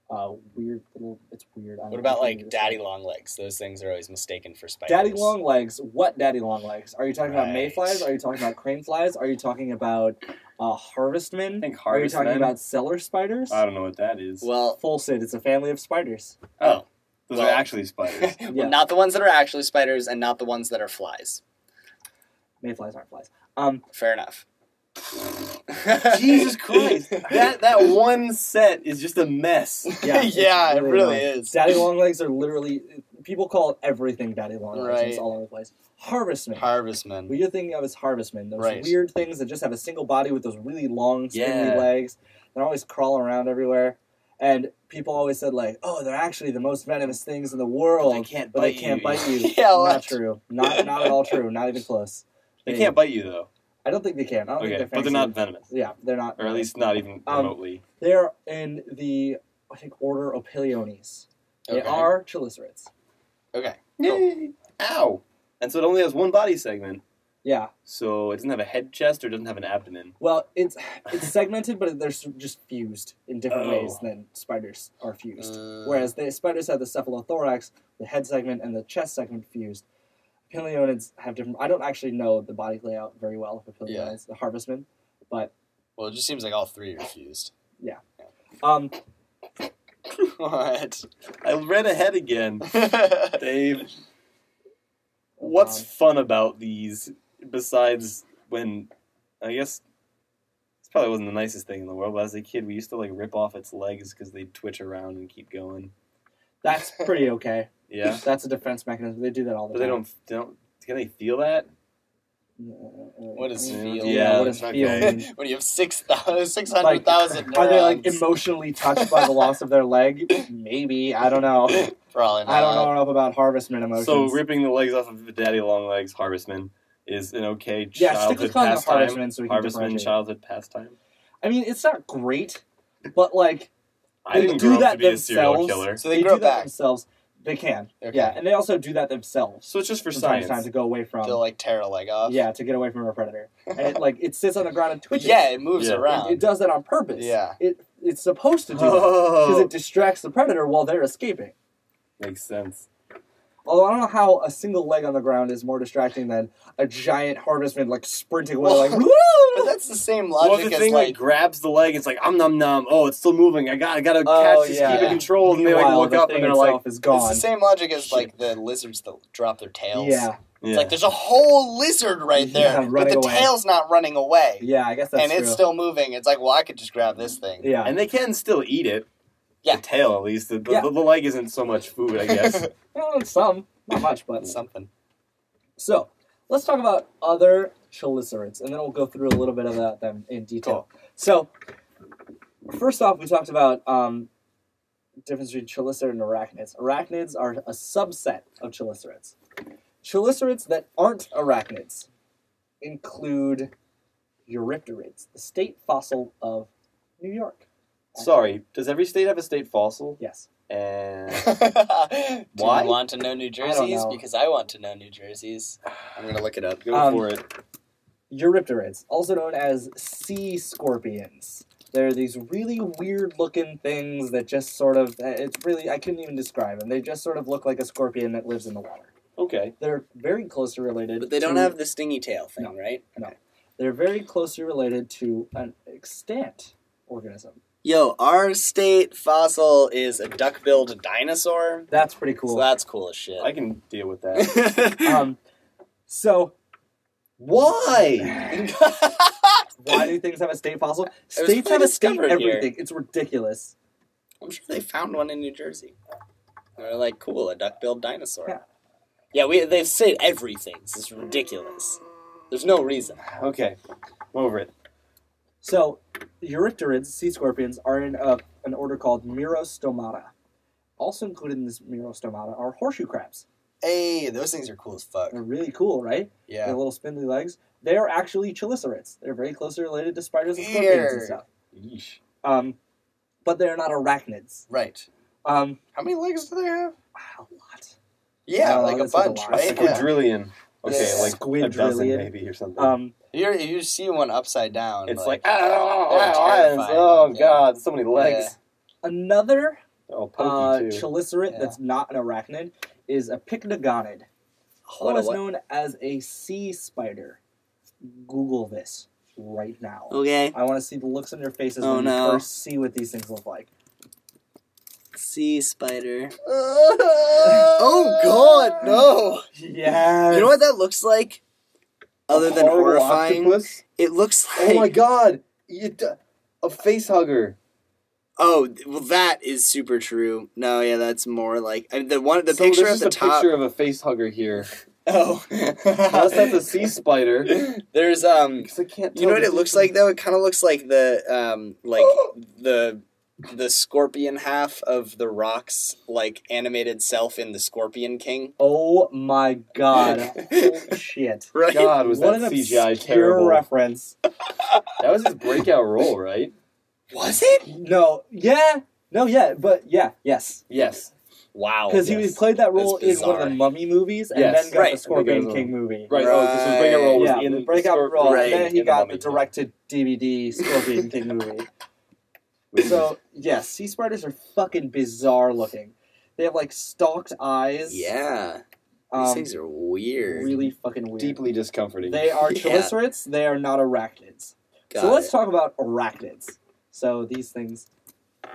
B: uh, weird little. It's weird. I don't
C: What
B: know
C: about
B: if you
C: like
B: understand.
C: daddy long legs? Those things are always mistaken for spiders.
B: Daddy long legs. What daddy long legs? Are you talking about
C: Right.
B: mayflies? Are you talking about crane flies? Are you talking about uh,
A: I
B: harvestmen?
A: think
B: Are you
A: harvest.
B: talking
A: men-
B: about cellar spiders?
A: I don't know what that is.
C: Well,
B: Fulcid. It's a family of spiders.
C: oh, <laughs>
A: Those
C: well-
A: are actually <laughs> spiders.
B: Yeah.
C: well, not the ones that are actually spiders, and not the ones that are flies.
B: Mayflies aren't flies. Um,
C: Fair enough.
A: Jesus <laughs>
C: <laughs>
A: Christ! That that one set is just a mess.
B: Yeah,
C: <laughs> yeah,
B: it's
C: it
B: really
C: really
B: annoying.
C: is.
B: daddy long legs are literally people call everything daddy long legs. and It's
C: Right.
B: all over the place. Harvestmen.
C: Harvestman.
B: what you're thinking of is harvestmen. Those
C: Right.
B: weird things that just have a single body with those really long, stringy
A: Yeah.
B: legs. They're always crawling around everywhere. And people always said like, "Oh, they're actually the most venomous things in the world."
A: They can't
B: but
A: bite
B: they can't
A: you. <laughs>
B: bite you.
C: Yeah,
B: not
C: what?
B: true. Not not at all true. Not even close.
A: They can't bite you though.
B: I don't think they can. I don't
A: Okay,
B: think they're
A: but they're not venomous,
B: Yeah, they're not.
A: or at least not even
B: Um,
A: remotely.
B: they're in the I think order Opiliones. They
C: Okay.
B: are chelicerates.
C: Okay.
A: Yay! Ow! And so it only has one body segment.
B: Yeah.
A: So it doesn't have a head chest or doesn't have an abdomen.
B: Well, it's it's segmented, but they're s- just fused in different
A: Oh.
B: ways than spiders are fused.
C: Uh,
B: Whereas the spiders have the cephalothorax, the head segment, and the chest segment fused. Paleonids have different. I don't actually know the body layout very well for paleonids,
C: Yeah.
B: the harvestmen.
C: well, it just seems like all three are
B: <laughs>
C: fused.
B: Um, <laughs>
C: what?
A: I read ahead again, Dave. What's
B: Um,
A: fun about these besides when I guess this probably wasn't the nicest thing in the world, but as a kid we used to like rip off its legs because they'd twitch around and keep going.
B: that's pretty okay.
A: Yeah.
B: That's a defense mechanism. They do that all the
A: But
B: time. Uh,
A: they don't they don't can they feel that?
B: What
C: What
B: uh,
C: is
A: Yeah,
C: feel?
A: yeah,
B: what is
A: okay.
B: feeling?
C: <laughs> when you have six thousand, six hundred thousand.
B: Are they like emotionally touched by the loss of their leg? Maybe I don't know.
C: Probably not.
B: I don't know enough about harvestman emotions.
A: So ripping the legs off of Daddy Long Legs Harvestman is an okay
B: yeah, stick
A: childhood
B: with calling it
A: pastime.
B: harvestman so we can
A: Harvestman
B: differentiate.
A: childhood pastime.
B: I mean, it's not great, but like
A: I
B: They
A: didn't
B: do
A: grow up
B: that
A: to be a serial
B: themselves.
A: killer.
C: So they,
B: do
C: grow
B: that
C: back.
B: themselves. They can,
C: Okay.
B: yeah, and they also do that themselves
A: So it's just for
B: from time to
A: science.
B: time to go away from.
C: They'll like tear a leg off.
B: Yeah, to get away from a predator, and it, like it sits on the ground and
C: But
B: twitches.
C: <laughs> yeah, it moves
A: Yeah.
B: it,
C: around.
B: it does that on purpose.
C: Yeah.
B: it it's supposed
A: <laughs>
B: to do that because
A: Oh,
B: it distracts the predator while they're escaping.
A: makes sense.
B: Although I don't know how a single leg on the ground is more distracting than a giant harvestman like sprinting away,
C: <laughs>
B: like
C: But that's the same logic
A: Well, if the
C: as
A: thing like,
C: like,
A: grabs the leg, it's like um nom nom. Oh, it's still moving. I got, I gotta
B: Oh,
A: catch this,
B: yeah.
A: keep it controlled. And they like
B: Meanwhile,
A: look
B: the
A: up and
B: thing
A: they're like,
B: itself is
C: it's
B: gone.
C: the same logic as
A: Shit.
C: like the lizards that drop their tails.
B: yeah,
C: It's
A: yeah.
C: like there's a whole lizard right
B: Yeah,
C: there, but
B: running
C: the
B: away.
C: tail's not running away,
B: yeah. I guess that's
C: and it's
B: true.
C: still moving. It's like, well, I could just grab this thing.
B: yeah.
A: and they can still eat it.
C: Yeah.
A: The tail, at least. The, the,
B: Yeah.
A: the leg isn't so much food, I
B: <laughs>
A: guess.
B: Well, some, not much, but some.
C: Something.
B: So let's talk about other chelicerates, and then we'll go through a little bit about them in detail. So first off, we talked about um, difference between chelicerate and arachnids. Arachnids are a subset of chelicerates. Chelicerates that aren't arachnids include eurypterids, the state fossil of New York.
A: Sorry, does every state have a state fossil?
B: Yes.
C: <laughs>
A: And
C: Do
A: Why?
C: you want to know New
B: don't
C: Jerseys?
B: know.
C: Because I want to know New Jerseys. I'm gonna look it up.
A: go
B: Um,
A: for it.
B: Eurypterids, also known as sea scorpions. They're these really weird looking things that just sort of, uh, it's really, I couldn't even describe them. They just sort of look like a scorpion that lives in the water.
A: <laughs> Okay.
B: They're very closely related.
D: But they don't
B: to-
D: have the stingy tail thing,
B: No.
D: right?
B: They're very closely related to an extant organism.
D: Yo, our state fossil
C: Is a duck-billed dinosaur?
B: That's pretty
C: So
B: cool.
C: that's cool as shit.
A: I can deal with
C: <laughs>
A: that.
B: um, so,
A: Why?
C: <laughs>
B: why do things have a state fossil?
C: was
B: States have a state
C: discovered here.
B: everything. It's ridiculous.
C: I'm sure they found one in New Jersey. They're like, cool, a duck-billed dinosaur.
B: Yeah.
C: Yeah, we they've said everything. This is ridiculous. There's no reason.
A: Okay. I'm over it.
B: So, Eurypterids, sea scorpions, are in a, an order called Mirostomata. Also included in this Mirostomata are horseshoe crabs.
C: Hey, those things are cool as fuck.
B: They're really cool, right?
C: Yeah.
B: Their little spindly legs. They are actually chelicerates. They're very closely related to spiders and scorpions and
C: Weird.
B: stuff. Um, but they're not arachnids.
C: Right.
B: Um,
C: How many legs do they have?
B: a lot.
C: Yeah,
B: Uh,
C: like a
B: that's like a
C: bunch,
B: lot.
A: A
C: right? Yeah.
A: squadrillion. Okay,
C: Yeah.
A: like a dozen
B: Squidrillion.
A: maybe or something.
B: Um,
C: You're, you see one upside down.
A: it's like, oh,
C: They're terrifying,
A: oh
C: yeah.
A: god, so many legs.
B: another
A: Oh,
B: uh,
A: pokey <laughs> too.
B: chelicerate
C: Yeah.
B: that's not an arachnid is a pycnogonid.
C: What a
B: Otherwise
C: what?
B: known as a sea spider. Google this right now.
D: Okay.
B: I want to see the looks on your faces
D: Oh,
B: when
D: no.
B: you first see what these things look like.
D: Sea spider.
C: oh
D: no!
B: Yes.
D: You know what that looks like? Other than
A: Horrible
D: horrifying,
A: octopus?
D: it looks like
A: Oh my god, you d- a face hugger.
D: Oh, th- well, that is super true. No, yeah, that's more like I mean, the one the
A: so
D: picture at
A: there's
D: the
A: just a
D: top.
A: picture of a face hugger here.
D: Oh,
A: Unless that's a sea spider.
D: <laughs>
A: <laughs>
D: there's um.
A: Because I can't.
D: You know what it looks like though? It kind of looks like the um
B: <gasps>
D: like the the scorpion half of the rock's like animated self in the Scorpion King.
B: Oh my
D: <laughs>
B: god. Holy shit.
D: Right?
B: <laughs>
A: God, was
B: what
A: that
B: an
A: CGI
B: obscure
A: terrible?
B: reference.
A: That was his breakout role, right?
D: Was it?
B: No, yeah. No, yeah, but yeah, yes.
A: Yes.
C: Wow.
B: Because he
A: yes.
B: played that role
C: Oh, That's
B: in one of
C: bizarre.
B: the Mummy movies and
A: Yes,
B: then got
D: right.
B: the Scorpion
A: Because,
B: King movie.
A: Right. Oh, this was breakout role was
B: Yeah,
A: in
B: the breakout role,
D: Right,
B: and then he
A: in
B: got
A: Mummy.
B: the directed DVD Scorpion King movie.
A: Which is-
B: So yes, sea spiders are fucking bizarre looking. They have like stalked eyes.
D: Yeah, these
B: um,
D: things are weird.
B: really fucking weird.
A: deeply discomforting.
B: They are
D: Yeah.
B: chelicerates. They are not arachnids.
D: Got
B: so let's
D: it.
B: talk about arachnids. So these things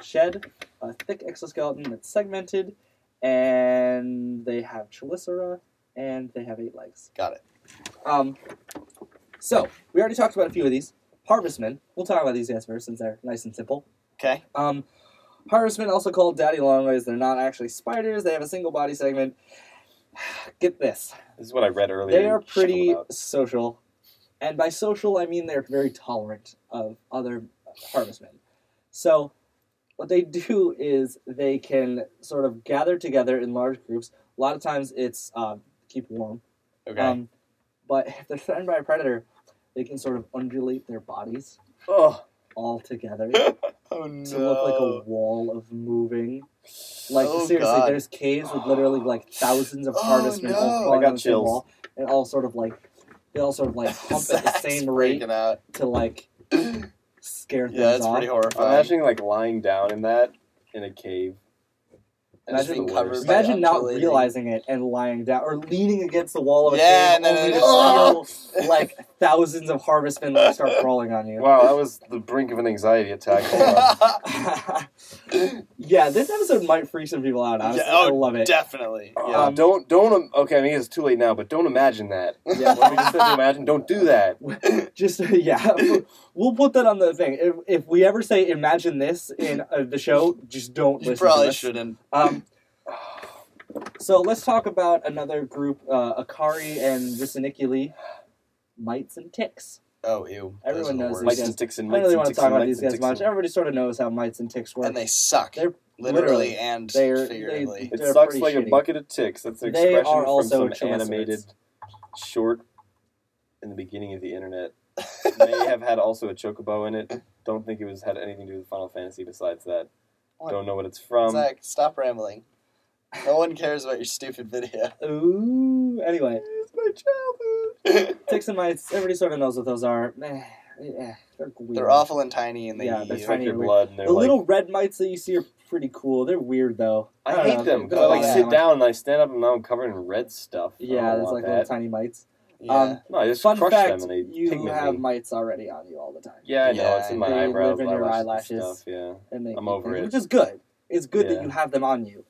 B: shed a thick exoskeleton that's segmented, and they have chelicera, and they have eight legs.
C: Got it.
B: Um, so we already talked about a few of these. Harvestmen. We'll talk about these guys first since they're nice and simple.
C: Okay.
B: Um, harvestmen, also called daddy longlegs, they're not actually spiders. They have a single body segment. <sighs> Get this.
A: this is what I read earlier.
B: They are
A: Shut
B: pretty
A: up.
B: social. And by social, I mean they're very tolerant of other harvestmen. So, what they do <laughs> is they can sort of gather together in large groups. A lot of times it's uh, keep warm.
D: Okay.
B: Um, but <laughs> if they're threatened by a predator, they can sort of undulate their bodies
D: oh,
B: all together
D: oh no.
B: to look like a wall of moving. Like
D: Oh,
B: seriously,
D: God.
B: there's caves with literally like thousands of
D: Oh,
B: harvestmen
D: no.
B: all
A: I
B: crawling
A: got
B: on the same
A: chills.
B: wall, and all sort of like they all sort of
D: <laughs>
B: like hump at the
D: Zach's
B: same rate
D: freaking out.
B: to like scare things
D: Yeah, that's
B: off.
D: pretty horrifying.
A: I'm imagining like lying down in that in a cave.
D: And just
B: Imagine-
D: being covered by
B: Imagine not
D: undulating-
B: realizing it and lying down or leaning against the wall of a
D: Yeah,
B: cave
D: and then
B: only
D: it
B: to
D: just- <laughs>
B: feel like thousands of harvestmen like start crawling on you.
A: Wow, that was the brink of an anxiety attack. Hold on.
B: <laughs> yeah, this episode might freak some people out. Honestly,
D: Yeah, oh,
B: I love it.
D: Definitely.
A: Yeah,
D: Yeah.
B: Um,
A: don't don't. im- Okay, I mean it's too late now, but don't imagine that. <laughs>
B: Yeah.
A: What we just said to imagine, don't do that.
B: Just <laughs> yeah, we'll put that on the thing. If, if we ever say imagine this in uh, the show, just don't
D: you
B: listen.
D: probably
B: to us.
D: shouldn't.
B: Um, so let's talk about another group: uh, Akari and Visiniculi, mites and ticks.
D: Oh, ew. Those
B: Everyone
D: are the
B: knows
D: worst.
A: Mites
B: guys-
A: and ticks and
B: I
A: mites
B: don't really
A: and
B: want to
A: ticks
B: talk
A: and
B: about
A: mites
B: these
A: and
B: guys
A: ticks
B: much.
A: and-
B: Everybody sort of knows how mites and ticks work.
D: And they suck.
B: They're- literally,
D: literally and
B: they're-
D: figuratively.
B: they-
A: It
B: They're
A: sucks
B: pretty
A: like
B: shitty.
A: a bucket of ticks. That's the
B: They
A: expression
B: are
A: from
B: also
A: some
B: chillisards.
A: animated short in the beginning of the
B: <laughs>
A: internet. May have had also a chocobo in it. Don't think it was had anything to do with Final Fantasy besides that.
D: What?
A: Don't know what it's
B: um
A: from.
D: Zach, stop rambling. No one cares about your stupid video.
B: Ooh. Anyway,
A: It's my childhood.
B: ticks and mites. Everybody sort of knows what those are. Eh, eh, they're weird.
D: They're awful and tiny, and they
B: Yeah,
D: eat
B: they're
D: you.
A: Drink
B: tiny.
A: your blood and they're
B: The
A: like,
B: little red mites that you see are pretty cool. They're weird though.
A: I
B: don't
A: hate
B: know,
A: them
B: they're
A: because I like
D: yeah.
A: sit down and I stand up and now I'm covered in red stuff. Oh, I
B: Yeah,
A: don't
B: there's
A: want
B: like
A: that.
B: little tiny mites.
D: Yeah.
B: Um,
A: No, I just
B: Fun
A: crush
B: fact:
A: them and they
B: you
A: pigment
B: have
A: me.
B: mites already on you all the time,
A: Yeah, I know.
D: Yeah,
A: it's in my
B: they
A: eyebrows,
B: live in your
A: eyelashes, and
B: eyelashes.
A: stuff. Yeah.
B: and they
A: I'm
B: eat
A: over
B: things,
A: it.
B: which is good. It's good that
A: Yeah.
B: you have them on you.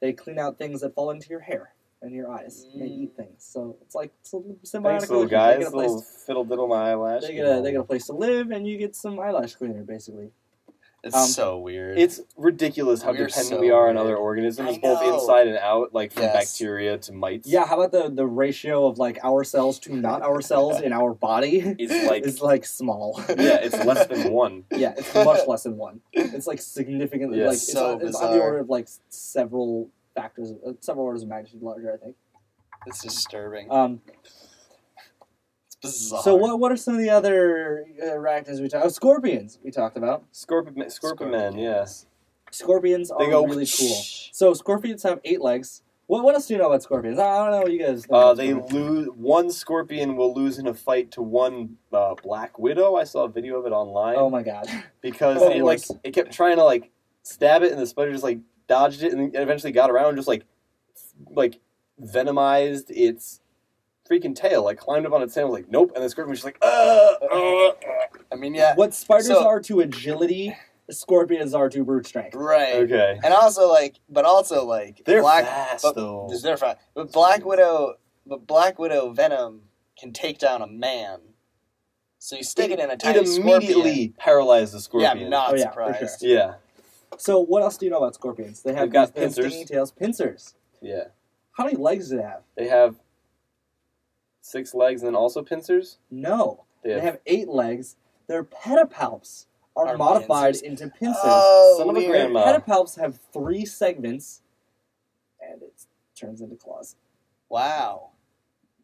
B: They clean out things that fall into your hair and your eyeyes. and They eat things, so it's like it's a symbiotic
A: Thanks, little
B: relationship.
A: guys.
B: They get a place.
A: Little fiddle diddle my eyelash.
B: They
A: you
B: get a
A: know.
B: they get a place to live, and you get some eyelash cleaner, basically.
D: it's
B: um,
D: so weird.
A: It's ridiculous how
D: We're
A: dependent
D: so
A: we are on
D: weird.
A: other organisms,
D: I
A: both
D: know.
A: inside and out, like from
D: Yes.
A: bacteria to mites.
B: Yeah, how about the the ratio of like our cells to not our cells in our body
A: Is
B: <laughs>
A: like
B: is
A: <laughs>
B: like small.
A: yeah, it's less than <laughs> one.
B: Yeah, it's much less than one. It's like significantly
A: Yeah,
B: like it's,
D: so
B: on, it's on the
D: bizarre.
B: order of like several factors, uh, several orders of magnitude larger, I think.
D: it's disturbing.
B: Um,
D: It's bizarre.
B: so what what are some of the other uh, arachnids we talked? Oh, scorpions we talked about.
A: Scorpion, scorpion men. Yeah.
B: Scorpions are
A: They go
B: really cool. So scorpions have eight legs. What what else do you know about scorpions? I I don't know. what You guys. know
A: Uh,
B: about
A: they
B: scorpions.
A: lose one scorpion will lose in a fight to one uh, black widow. I saw a video of it online
B: Oh
A: <laughs>
B: my god.
A: because
B: Oh,
A: it like
B: worse.
A: it kept trying to like stab it, and the spider just like dodged it, and then eventually got around, and just like like venomized its freaking tail. Like climbed up on its tail, and was like nope, and the scorpion was just like uh, uh,
D: I mean, yeah,
B: What spiders
D: So-
B: are to agility, scorpions are to brute strength.
D: right.
A: okay.
D: And also, like, but also, like,
A: They're
D: black.
A: fast
D: but-
A: though.
D: They're fine. But Black Widow, but Black Widow venom can take down a man. So you stick it, in a
A: It
D: tiny
A: immediately
D: scorpion.
A: paralyzed the
D: Yeah,
A: scorpion.
D: I'm not
B: Oh, yeah, for
D: surprised.
B: sure.
A: Yeah,
B: So what else do you know about scorpions? They have
A: They've got
B: these big
A: pincers.
B: stinging tails, pincers.
A: yeah.
B: How many legs do they have?
A: They have six legs and then also pincers.
B: No.
A: They have,
B: They have eight legs. Their pedipalps are
D: Are
B: modified
D: pincers.
B: into pincers.
D: Oh,
A: Son of a
D: weird.
A: grandma.
B: pedipalps have three segments, and it turns into claws.
D: Wow.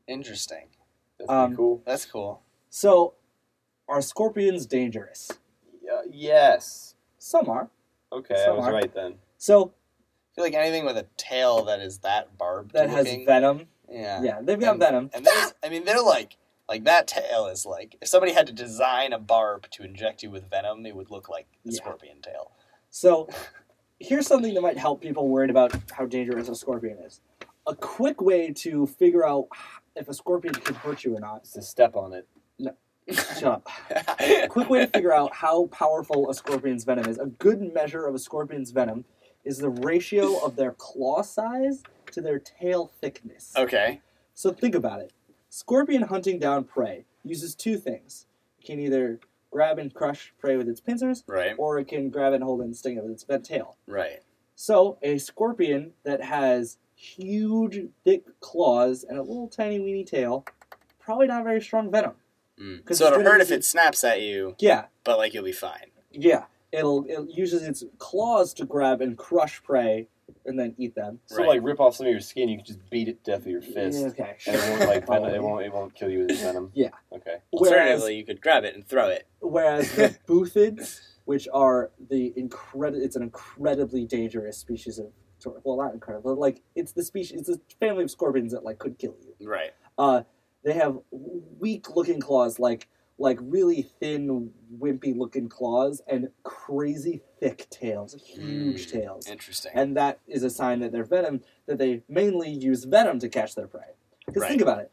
D: Interesting.
A: that's pretty
B: um,
A: cool.
D: That's cool.
B: So, are scorpions dangerous?
A: Yeah, yes.
B: Some are.
A: Okay, I
B: Some
A: was
B: are.
A: right then.
B: So
D: I feel like anything with a tail that is that barbed
B: that has
D: looking,
B: venom.
C: Ah.
D: yeah.
B: Yeah, they've got venom.
D: And there's, I mean, they're like, like that tail is like, if somebody had to design a barb to inject you with venom, it would look like a
B: Yeah.
D: scorpion
C: <laughs>
D: tail.
B: So, here's something that might help people worried about how dangerous a scorpion is. A quick way to figure out if a scorpion can hurt you or not.
A: It's a step on it.
B: Shut up. A quick way to figure out how powerful a scorpion's venom is. A good measure of a scorpion's venom is the ratio of their claw size to their tail thickness.
C: Oh.
D: okay.
B: So think about it. Scorpion hunting down prey uses two things. It can either grab and crush prey with its pincers,
D: Right.
B: or it can grab and hold and sting it with its vent tail.
D: Right.
B: So a scorpion that has huge, thick claws and a little tiny weeny tail, probably not very strong venom.
C: Mm.
B: 'Cause
C: So it'll
B: it's gonna
C: hurt
B: be-
C: if it snaps at you,
B: Yeah,
C: but like you'll be fine.
B: yeah. It'll it uses its claws to grab and crush prey and then eat them.
A: So
C: Right.
A: like rip off some of your skin, you can just beat it to death with your fist.
B: Yeah, okay.
A: And it
B: <laughs>
A: won't like pen-
B: Probably.
A: it won't it won't kill you with its venom.
B: Yeah.
A: Okay.
B: Whereas,
C: Alternatively, you could grab it and throw it.
B: whereas
A: <laughs>
B: the boothids, which are the incredible, it's an incredibly dangerous species of tor- well, not incredible, but like it's the species, it's a family of scorpions that like could kill you.
C: Right.
B: Uh, they have weak-looking claws, like like really thin, wimpy-looking claws, and crazy thick tails, huge
C: Mm.
A: Hmm.
B: tails.
C: Interesting.
B: and that is a sign that their venom that they mainly use venom to catch their prey. Because
C: Right.
B: think about it,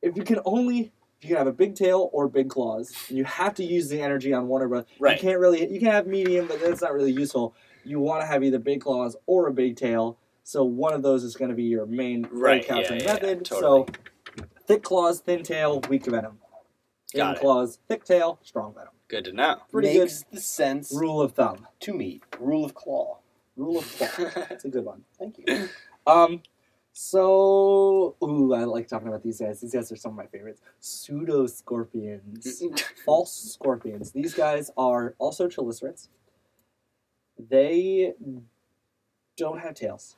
B: if you can only if you can have a big tail or big claws, and you have to use the energy on one or both.
C: right.
B: You can't really you can have medium, but that's not really useful. You want to have either big claws or a big tail. So one of those is going to be your main prey
C: Right, yeah,
B: capturing
C: yeah, yeah,
B: method.
C: totally.
B: So thick claws, thin tail, weak venom. Thin
C: Got it.
B: claws, thick tail, strong venom.
C: Good to know.
B: Pretty
A: Makes the sense
B: good rule of thumb.
A: to me. Rule of claw.
B: Rule of thumb.
C: <laughs>
B: That's a good one.
A: Thank you.
B: Um, so ooh, I like talking about these guys. These guys are some of my favorites. Pseudo scorpions,
D: <laughs>
B: false scorpions. These guys are also chelicerates. They don't have tails.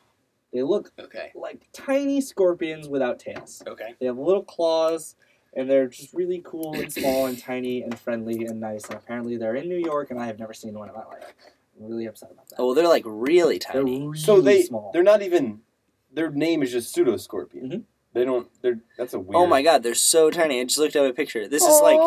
B: They look
C: okay.
B: like tiny scorpions without tails.
C: Okay.
B: They have little claws, and they're just really cool and small and tiny and friendly and nice. And apparently, they're in New York, and I have never seen one in my life. I'm really upset about that.
C: Oh, well, they're like really
B: they're
C: tiny.
B: really
A: so they
B: small.
A: they're not even their name is just pseudo scorpion.
B: Mhm.
A: They don't they're that's a weird
C: Oh my god, they're so tiny. I just looked up a picture. This is like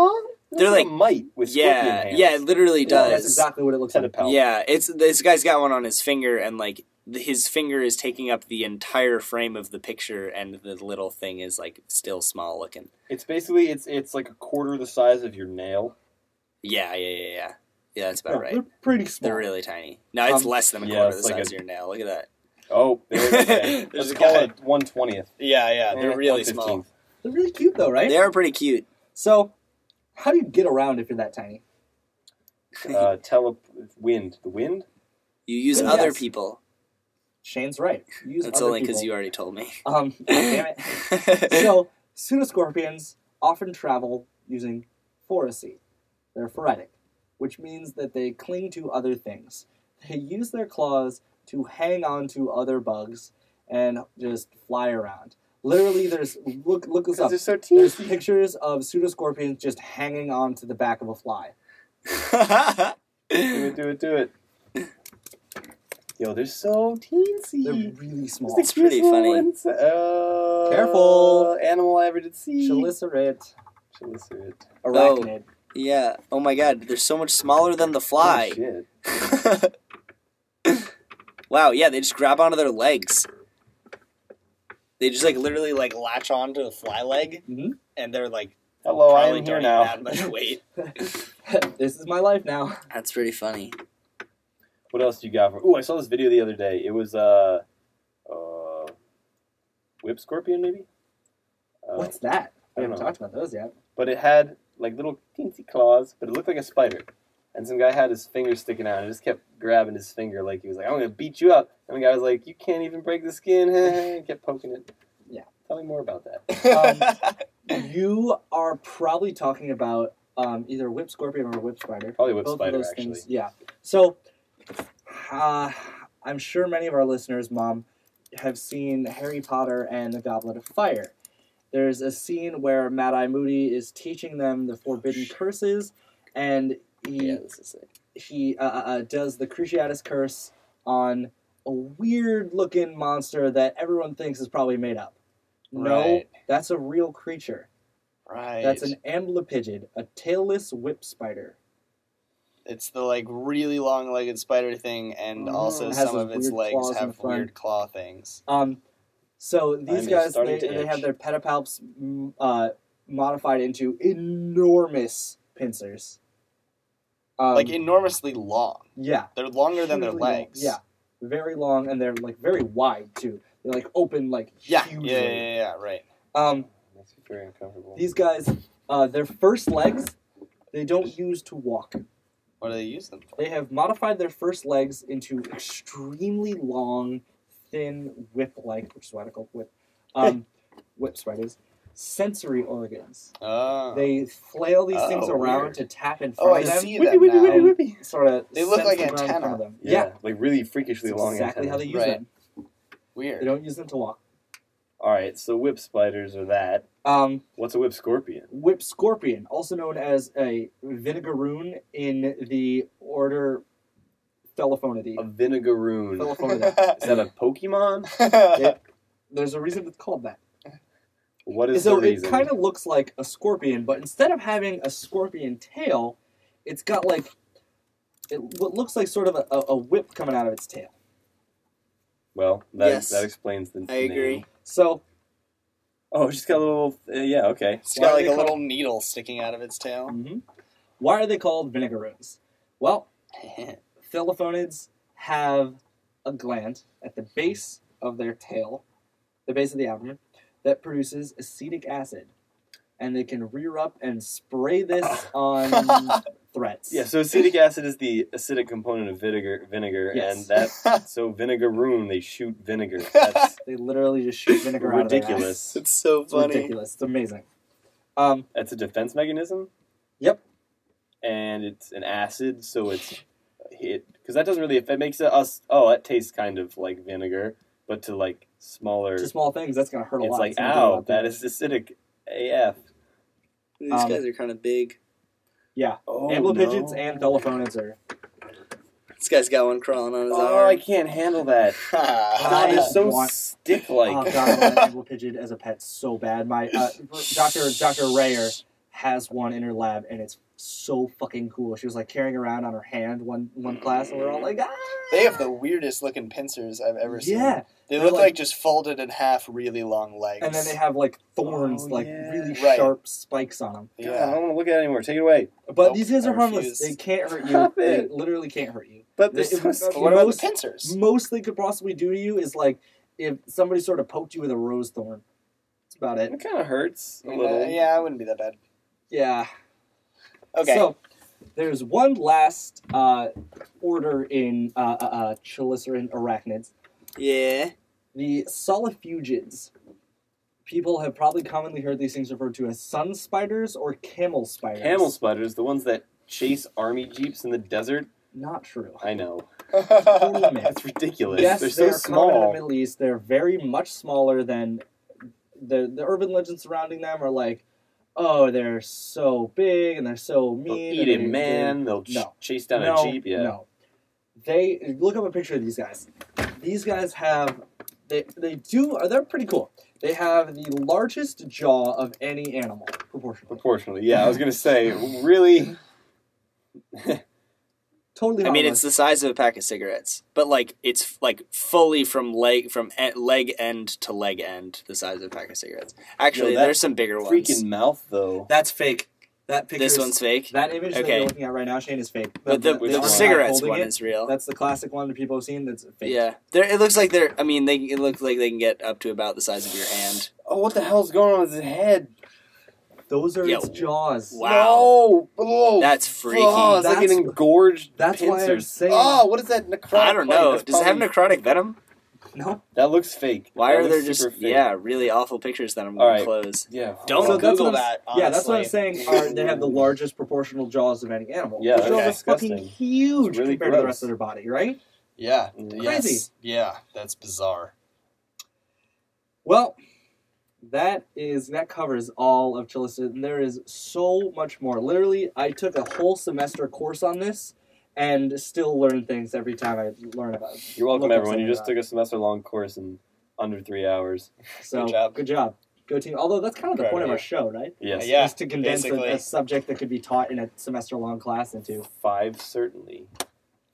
C: they're
A: That's a
C: like-
A: mite with scorpion
C: yeah,
A: hands.
C: yeah. It literally
B: Yeah,
C: does.
B: That's exactly what it looks like.
A: Tentapel.
C: Yeah, it's this guy's got one on his finger, and like th- his finger is taking up the entire frame of the picture, and the little thing is like still small looking.
A: It's basically it's it's like a quarter the size of your nail.
C: Yeah, yeah, yeah, yeah. Yeah, that's about
B: No,
C: right.
B: Oh, They're pretty
C: They're
B: small.
C: really tiny. No, it's
B: Um,
C: less than a
A: yeah,
C: quarter
A: it's
C: the
A: like
C: size
A: a-
C: of your nail. Look at that.
A: Oh, there
C: <laughs>
A: we go.
C: There's
A: Let's
C: a
A: call
C: guy.
A: it one twentieth.
C: Yeah, yeah. They're really small.
B: They're really cute though, right?
C: They are pretty cute.
B: So, how do you get around if you're that tiny?
A: Uh, tele wind. The wind.
C: You use
B: Yes.
C: other people.
B: Shane's right. Use
C: That's
B: other
C: only because
B: people.
C: you already told me. <laughs>
B: Um, damn it. So, pseudoscorpions often travel using foracy. They're phoretic, which means that they cling to other things. They use their claws to hang on to other bugs and just fly around. Literally, there's look look this
A: Because
B: up.
A: they're so
B: There's
A: teensy.
B: pictures of pseudoscorpions just hanging on to the back of a fly.
A: Do it, do it, do it. Yo, they're so teensy.
B: They're really small.
C: It's pretty
A: Little
C: funny.
A: inse- uh,
B: Careful.
A: Animal I ever did see.
B: Chelicerate,
A: Chelicid.
B: Oh. arachnid.
C: <laughs> yeah. Oh my god, they're so much smaller than the
A: Oh,
C: fly.
A: shit.
C: <laughs> wow, yeah, they just grab onto their legs. They just like literally like latch on to the fly leg,
D: Mm-hmm.
B: Mhm.
C: and they're like
D: Oh,
A: Hello, I
C: probably
A: am here
C: don't
A: now.
C: even have much
D: <laughs>
C: weight.
B: <laughs> this is my life now.
C: That's pretty funny.
A: What else do you got? For- oh, I saw this video the other day. It was uh, uh, whip scorpion maybe. Uh,
B: <laughs> What's that?
A: I
B: We
A: don't
B: haven't
A: know.
B: talked about those yet.
A: but it had like little teensy claws, but it looked like a spider. And some guy had his finger sticking out, and just kept grabbing his finger like he was like, "I'm gonna beat you up." And the guy was like, "You can't even break the skin." <laughs> and kept poking it.
B: Yeah.
A: Tell me more about that.
B: Um, <laughs> You are probably talking about um, either whip scorpion or whip spider.
A: Probably whip
B: Both
A: spider
B: of those
A: actually.
B: things. Yeah. So, uh, I'm sure many of our listeners, mom, have seen Harry Potter and the Goblet of Fire. There's a scene where Mad Eye Moody is teaching them the forbidden curses, and he
C: Yeah, this is it.
B: he uh, uh, uh, does the Cruciatus curse on a weird looking monster that everyone thinks is probably made up. No,
C: Right.
B: that's a real creature.
D: Right.
B: That's an amblypigid, a tailless whip spider.
D: It's the like really long-legged spider thing, and
A: Mm.
D: also
B: It has
D: some
B: those
D: of its
B: weird claws in
D: legs
B: the
D: have
B: front.
D: weird claw things.
B: Um, so these
A: is
B: guys, they,
A: starting to
B: they
A: itch.
B: have their pedipalps mm, uh, modified into enormous pincers. Um,
D: like enormously long.
B: yeah,
D: They're longer than their
B: hugely long.
D: legs.
B: Yeah, very long, and they're like very wide too. They like open like
D: Yeah. Yeah.
B: hugely.
D: Yeah. Yeah. yeah, right.
B: Um,
A: Makes me very uncomfortable.
B: These guys, uh, their first legs, they don't use to walk.
D: What do they use them for?
B: They have modified their first legs into extremely
D: <laughs>
B: long, thin whip-like, which is why they're called whip, um, whip spiders. sensory organs.
D: Oh.
B: They flail these
D: Oh,
B: things around
D: weird.
B: to tap in front
D: oh, I
B: of them.
D: see
A: Whippy,
D: them
A: whippy,
D: now.
A: whippy, whippy.
B: Sort of.
D: They look like antenna.
B: Them.
A: Yeah,
B: Yeah,
A: like really
B: that's
A: freakishly long.
B: exactly
A: antennas.
B: how they use
D: Right.
B: them. They
D: Weird. <laughs>
B: don't use them to walk.
A: All right, so whip spiders are that.
B: Um,
A: What's a whip scorpion?
B: whip scorpion, also known as a vinegaroon in the order Philophonidae.
A: A vinegaroon.
D: <laughs>
B: Philophonidae.
A: Is that a Pokemon?
B: There's a reason it's called that.
A: What is
B: so
A: the
B: it
A: reason?
B: kind of looks like a scorpion, but instead of having a scorpion tail, it's got like it, what looks like sort of a, a- a whip coming out of its tail.
A: well, that,
D: Yes.
A: that explains the.
D: I agree.
A: name.
B: So
A: Oh, it's just got a little. Uh, yeah, okay.
D: It's
B: Why
D: got
B: are
D: like
B: they
D: a little needle sticking out of its tail.
A: Mm-hmm.
B: Mhm. why are they called vinegaroons? Well, <laughs> Philophonids have a gland at the base of their tail, the base of the abdomen, that produces acetic acid. And they can rear up and
A: <laughs>
B: spray this on threats.
A: Yeah, so acetic acid is the acidic component of vinegar, vinegar,
B: Yes.
A: and that so vinegaroon they shoot vinegar. That's
B: They literally just shoot vinegar out of their ass.
A: ridiculous.
D: it's so
B: It's
D: funny. <laughs>
B: ridiculous. It's amazing. Um,
A: That's a defense mechanism.
B: Yep.
A: And it's an acid, so it's it because that doesn't really affect. Makes it us. Oh, that tastes kind of like vinegar, but to like smaller.
B: to
A: It's
B: small things, that's going to hurt a lot.
A: like
B: Something about
A: ow, that is acidic AF.
D: These
B: Um,
D: guys are kind of big.
A: Oh,
B: Amblypigids
A: no.
B: and Philophonids are.
D: This guy's got one crawling on his
A: Oh, I
D: arm.
A: can't handle
D: <laughs>
A: that.
B: I
A: God, it's so
B: want-
A: stick <laughs>
B: oh,
A: like. <laughs>
B: God, I want an anglo pigeon as a pet so bad. My uh, Dr. Dr. Rayer has one in her lab, and it's so fucking cool. She was like carrying around on her hand one one class, and we're all like, ah.
C: They have the weirdest looking pincers I've ever seen.
B: yeah,
C: They
B: They're
C: look like,
B: like-
C: just folded in half really long legs.
B: and then they have like thorns,
A: Oh,
B: like
A: yeah.
B: really
C: Right.
B: sharp spikes on them.
A: God, I
C: yeah.
A: don't want to look at it anymore. Take it away.
B: But
C: Nope,
B: these guys
C: I
B: are harmless.
C: refuse.
B: They
A: <laughs>
B: can't hurt you.
A: Stop
B: They
A: it.
B: literally can't hurt you.
A: But this
B: They-
A: is
C: But what about the
B: most-
C: pincers?
B: Most they could possibly do to you is like if somebody sort of poked you with a rose thorn. That's about it.
A: it kind of hurts a
C: I mean,
A: little.
C: uh, yeah, it wouldn't be that bad.
B: Yeah.
C: Okay.
B: So there's one last uh, order in uh, uh, uh, Chelicerant arachnids,
D: Yeah.
B: the solifugids. People have probably commonly heard these things referred to as sun spiders or camel spiders.
A: Camel spiders, the ones that chase army jeeps in the desert.
B: Not true.
A: I know.
B: Total myth.
A: That's ridiculous.
B: yes,
A: they're so
B: common in the
A: small.
B: Middle East. They're very much smaller than the the urban legends surrounding them are like, oh, they're so big and they're
D: Oh,
B: so
A: They'll
B: mean.
A: eat
B: and
A: a
B: they-
A: man. They'll ch-
B: No.
A: chase down
B: no,
A: a jeep. Yeah.
B: No. They look up a picture of these guys. These guys have they they do are they're pretty cool. They have the largest jaw of any animal proportionally.
A: Proportionally, yeah. I was gonna say, really.
B: Totally.
D: I mean,
B: harmless.
D: it's the size of a pack of cigarettes, but like it's like fully from leg from e- leg end to leg end, the size of a pack of cigarettes. Actually,
A: Yo, that
D: there's some bigger ones.
A: Freaking mouth, though.
B: that's fake. That picture.
D: this
B: is-
D: one's fake,
B: that image that
D: okay.
B: you're looking at right now, Shane, is fake.
D: but the,
A: Which
D: the,
A: one?
D: cigarettes
B: holding
D: one
B: it,
D: is real.
B: That's the classic one that people have seen. That's fake.
D: Yeah, there. It looks like they're. I mean, they it looks like they can get up to about the size of your hand.
A: Oh, what the hell's going on with his head?
B: Those are
D: Yeah.
B: its jaws.
D: Wow,
A: No! Oh,
D: that's freaky.
A: Oh, it's like
B: That's-
A: an engorged
B: That's why I'm
A: pincers.
B: saying
A: oh, what is that necrotic?
D: I don't
A: bite?
D: know.
A: That's
D: Does it have
A: probably-
D: necrotic venom?
B: <laughs> no.
A: That looks fake.
D: Why
A: That
D: are there
A: looks
D: just
A: super fake.
D: yeah really awful pictures that I'm
A: All
D: gonna
A: right.
D: close?
A: Yeah.
D: Don't
B: So that's
C: Google
B: what I'm-
C: that.
B: Yeah, that's what I'm
C: honestly.
B: saying. Are they have the largest proportional jaws of any animal?
A: Yeah,
B: Their jaws
C: that's
B: are fucking
A: disgusting.
B: huge
A: It's really
B: compared to the
A: gross.
B: rest of their body, right?
C: Yeah.
A: Mm.
C: yes.
B: Crazy.
C: Yeah, that's bizarre.
B: Well, that is that covers all of Chillicothe. And There is so much more. Literally, I took a whole semester course on this and still learn things every time I learn about it.
A: You're welcome,
B: Look up
A: everyone. You
B: something
A: just
B: about
A: took a semester long course in under three hours.
B: So
C: Good job.
B: Good job. Go team. Although that's kind of the
C: Proud
B: point
C: of
B: of our
C: you.
B: show, right?
A: Yes.
C: Yeah,
B: Is to condense a,
C: basically.
B: a subject that could be taught in a semester long class into.
A: Five certainly.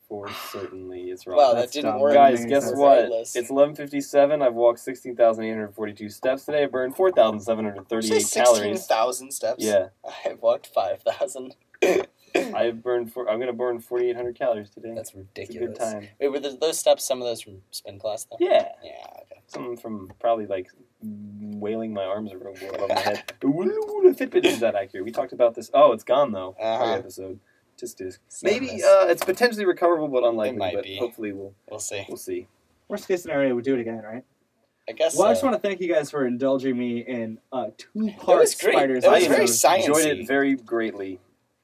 A: Four certainly. It's wrong.
C: Wow, that
B: that's
C: didn't
B: dumb.
C: work.
A: Guys,
B: amazing.
A: guess
B: That's
A: what?
C: endless.
A: It's 11:57. I've walked 16,842 steps today. I burned 4,738 calories.
C: 16,000 steps. <laughs>
A: Yeah,
C: I've walked 5,000.
A: I've burned. Four, I'm gonna burn 4,800 calories today. it's
C: That's
A: a good
C: ridiculous.
A: time.
C: Wait, were th- those steps some of those from spin class though?
A: Yeah,
C: Yeah. okay.
A: something from probably like wailing my arms around above my head. <laughs> Ooh, Fitbit is that accurate? We talked about this. Oh, it's gone though. Every
C: Uh-huh.
A: episode, just disc.
C: Sadness.
A: Maybe uh, it's potentially recoverable, but unlikely.
C: might
A: but
C: be.
A: hopefully, we'll
C: we'll see.
A: we'll see.
B: Worst case scenario, we do it again, right?
D: I guess.
B: Well, I just
C: uh,
D: so.
B: want to thank you guys for indulging me in a
D: It
B: two-part
D: was great.
B: spiders.
D: It was
A: episode.
D: very
A: Enjoyed it
D: sciencey.
A: very greatly.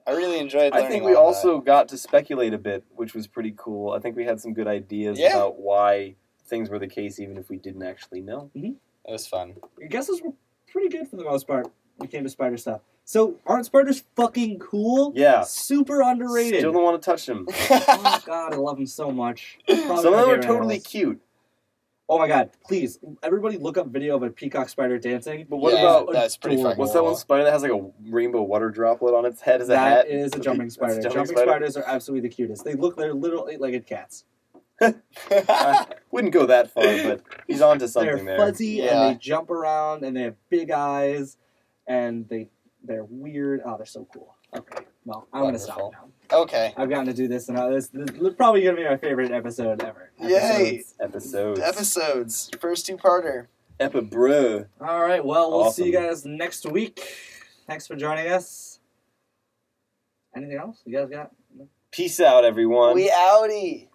D: I really enjoyed.
A: I
D: Learning
A: think
D: a
A: we
D: lot about
A: also got to speculate a bit, which was pretty cool. I think we had some good ideas
D: Yeah.
A: about why things were the case, even if we didn't actually know.
D: it. It was
A: <laughs>
D: fun.
B: guesses were pretty good for the most part when it came to spider stuff. So aren't spiders fucking cool?
A: Yeah.
B: Super underrated.
A: Still don't want to touch <laughs> them.
B: <laughs> oh God, I love them so much. Probably
A: Some of
B: my
A: them are
B: favorite
A: totally
B: animals.
A: cute,
B: Oh my God! Please, everybody, look up video of a peacock spider dancing.
A: but what
D: Yeah,
A: about
D: that's pretty
B: adorable.
D: fucking
A: what's that one spider that has like a rainbow water droplet on its head as a hat?
B: That is a jumping
A: That's
B: spider.
A: a
B: jumping spiders are absolutely the cutest. They look they're little eight-legged cats.
A: <laughs> I wouldn't go that
B: <laughs>
A: far, but he's onto
B: They're
A: something there.
B: fuzzy
D: Yeah.
B: and they jump around and they have big eyes and they they're weird. Oh, they're so cool. Okay, well I'm gonna
D: Wonderful.
B: stop now.
D: okay.
B: I've gotten to do this and I- this, this is probably gonna be my favorite episode ever.
D: Yay.
B: Episodes.
A: Episodes.
D: Episodes. First two parter.
A: Epibro.
B: All right, well we'll see you
A: Awesome.
B: guys next week. Thanks for joining us. Anything else you guys got?
A: Peace out, everyone.
D: We outie.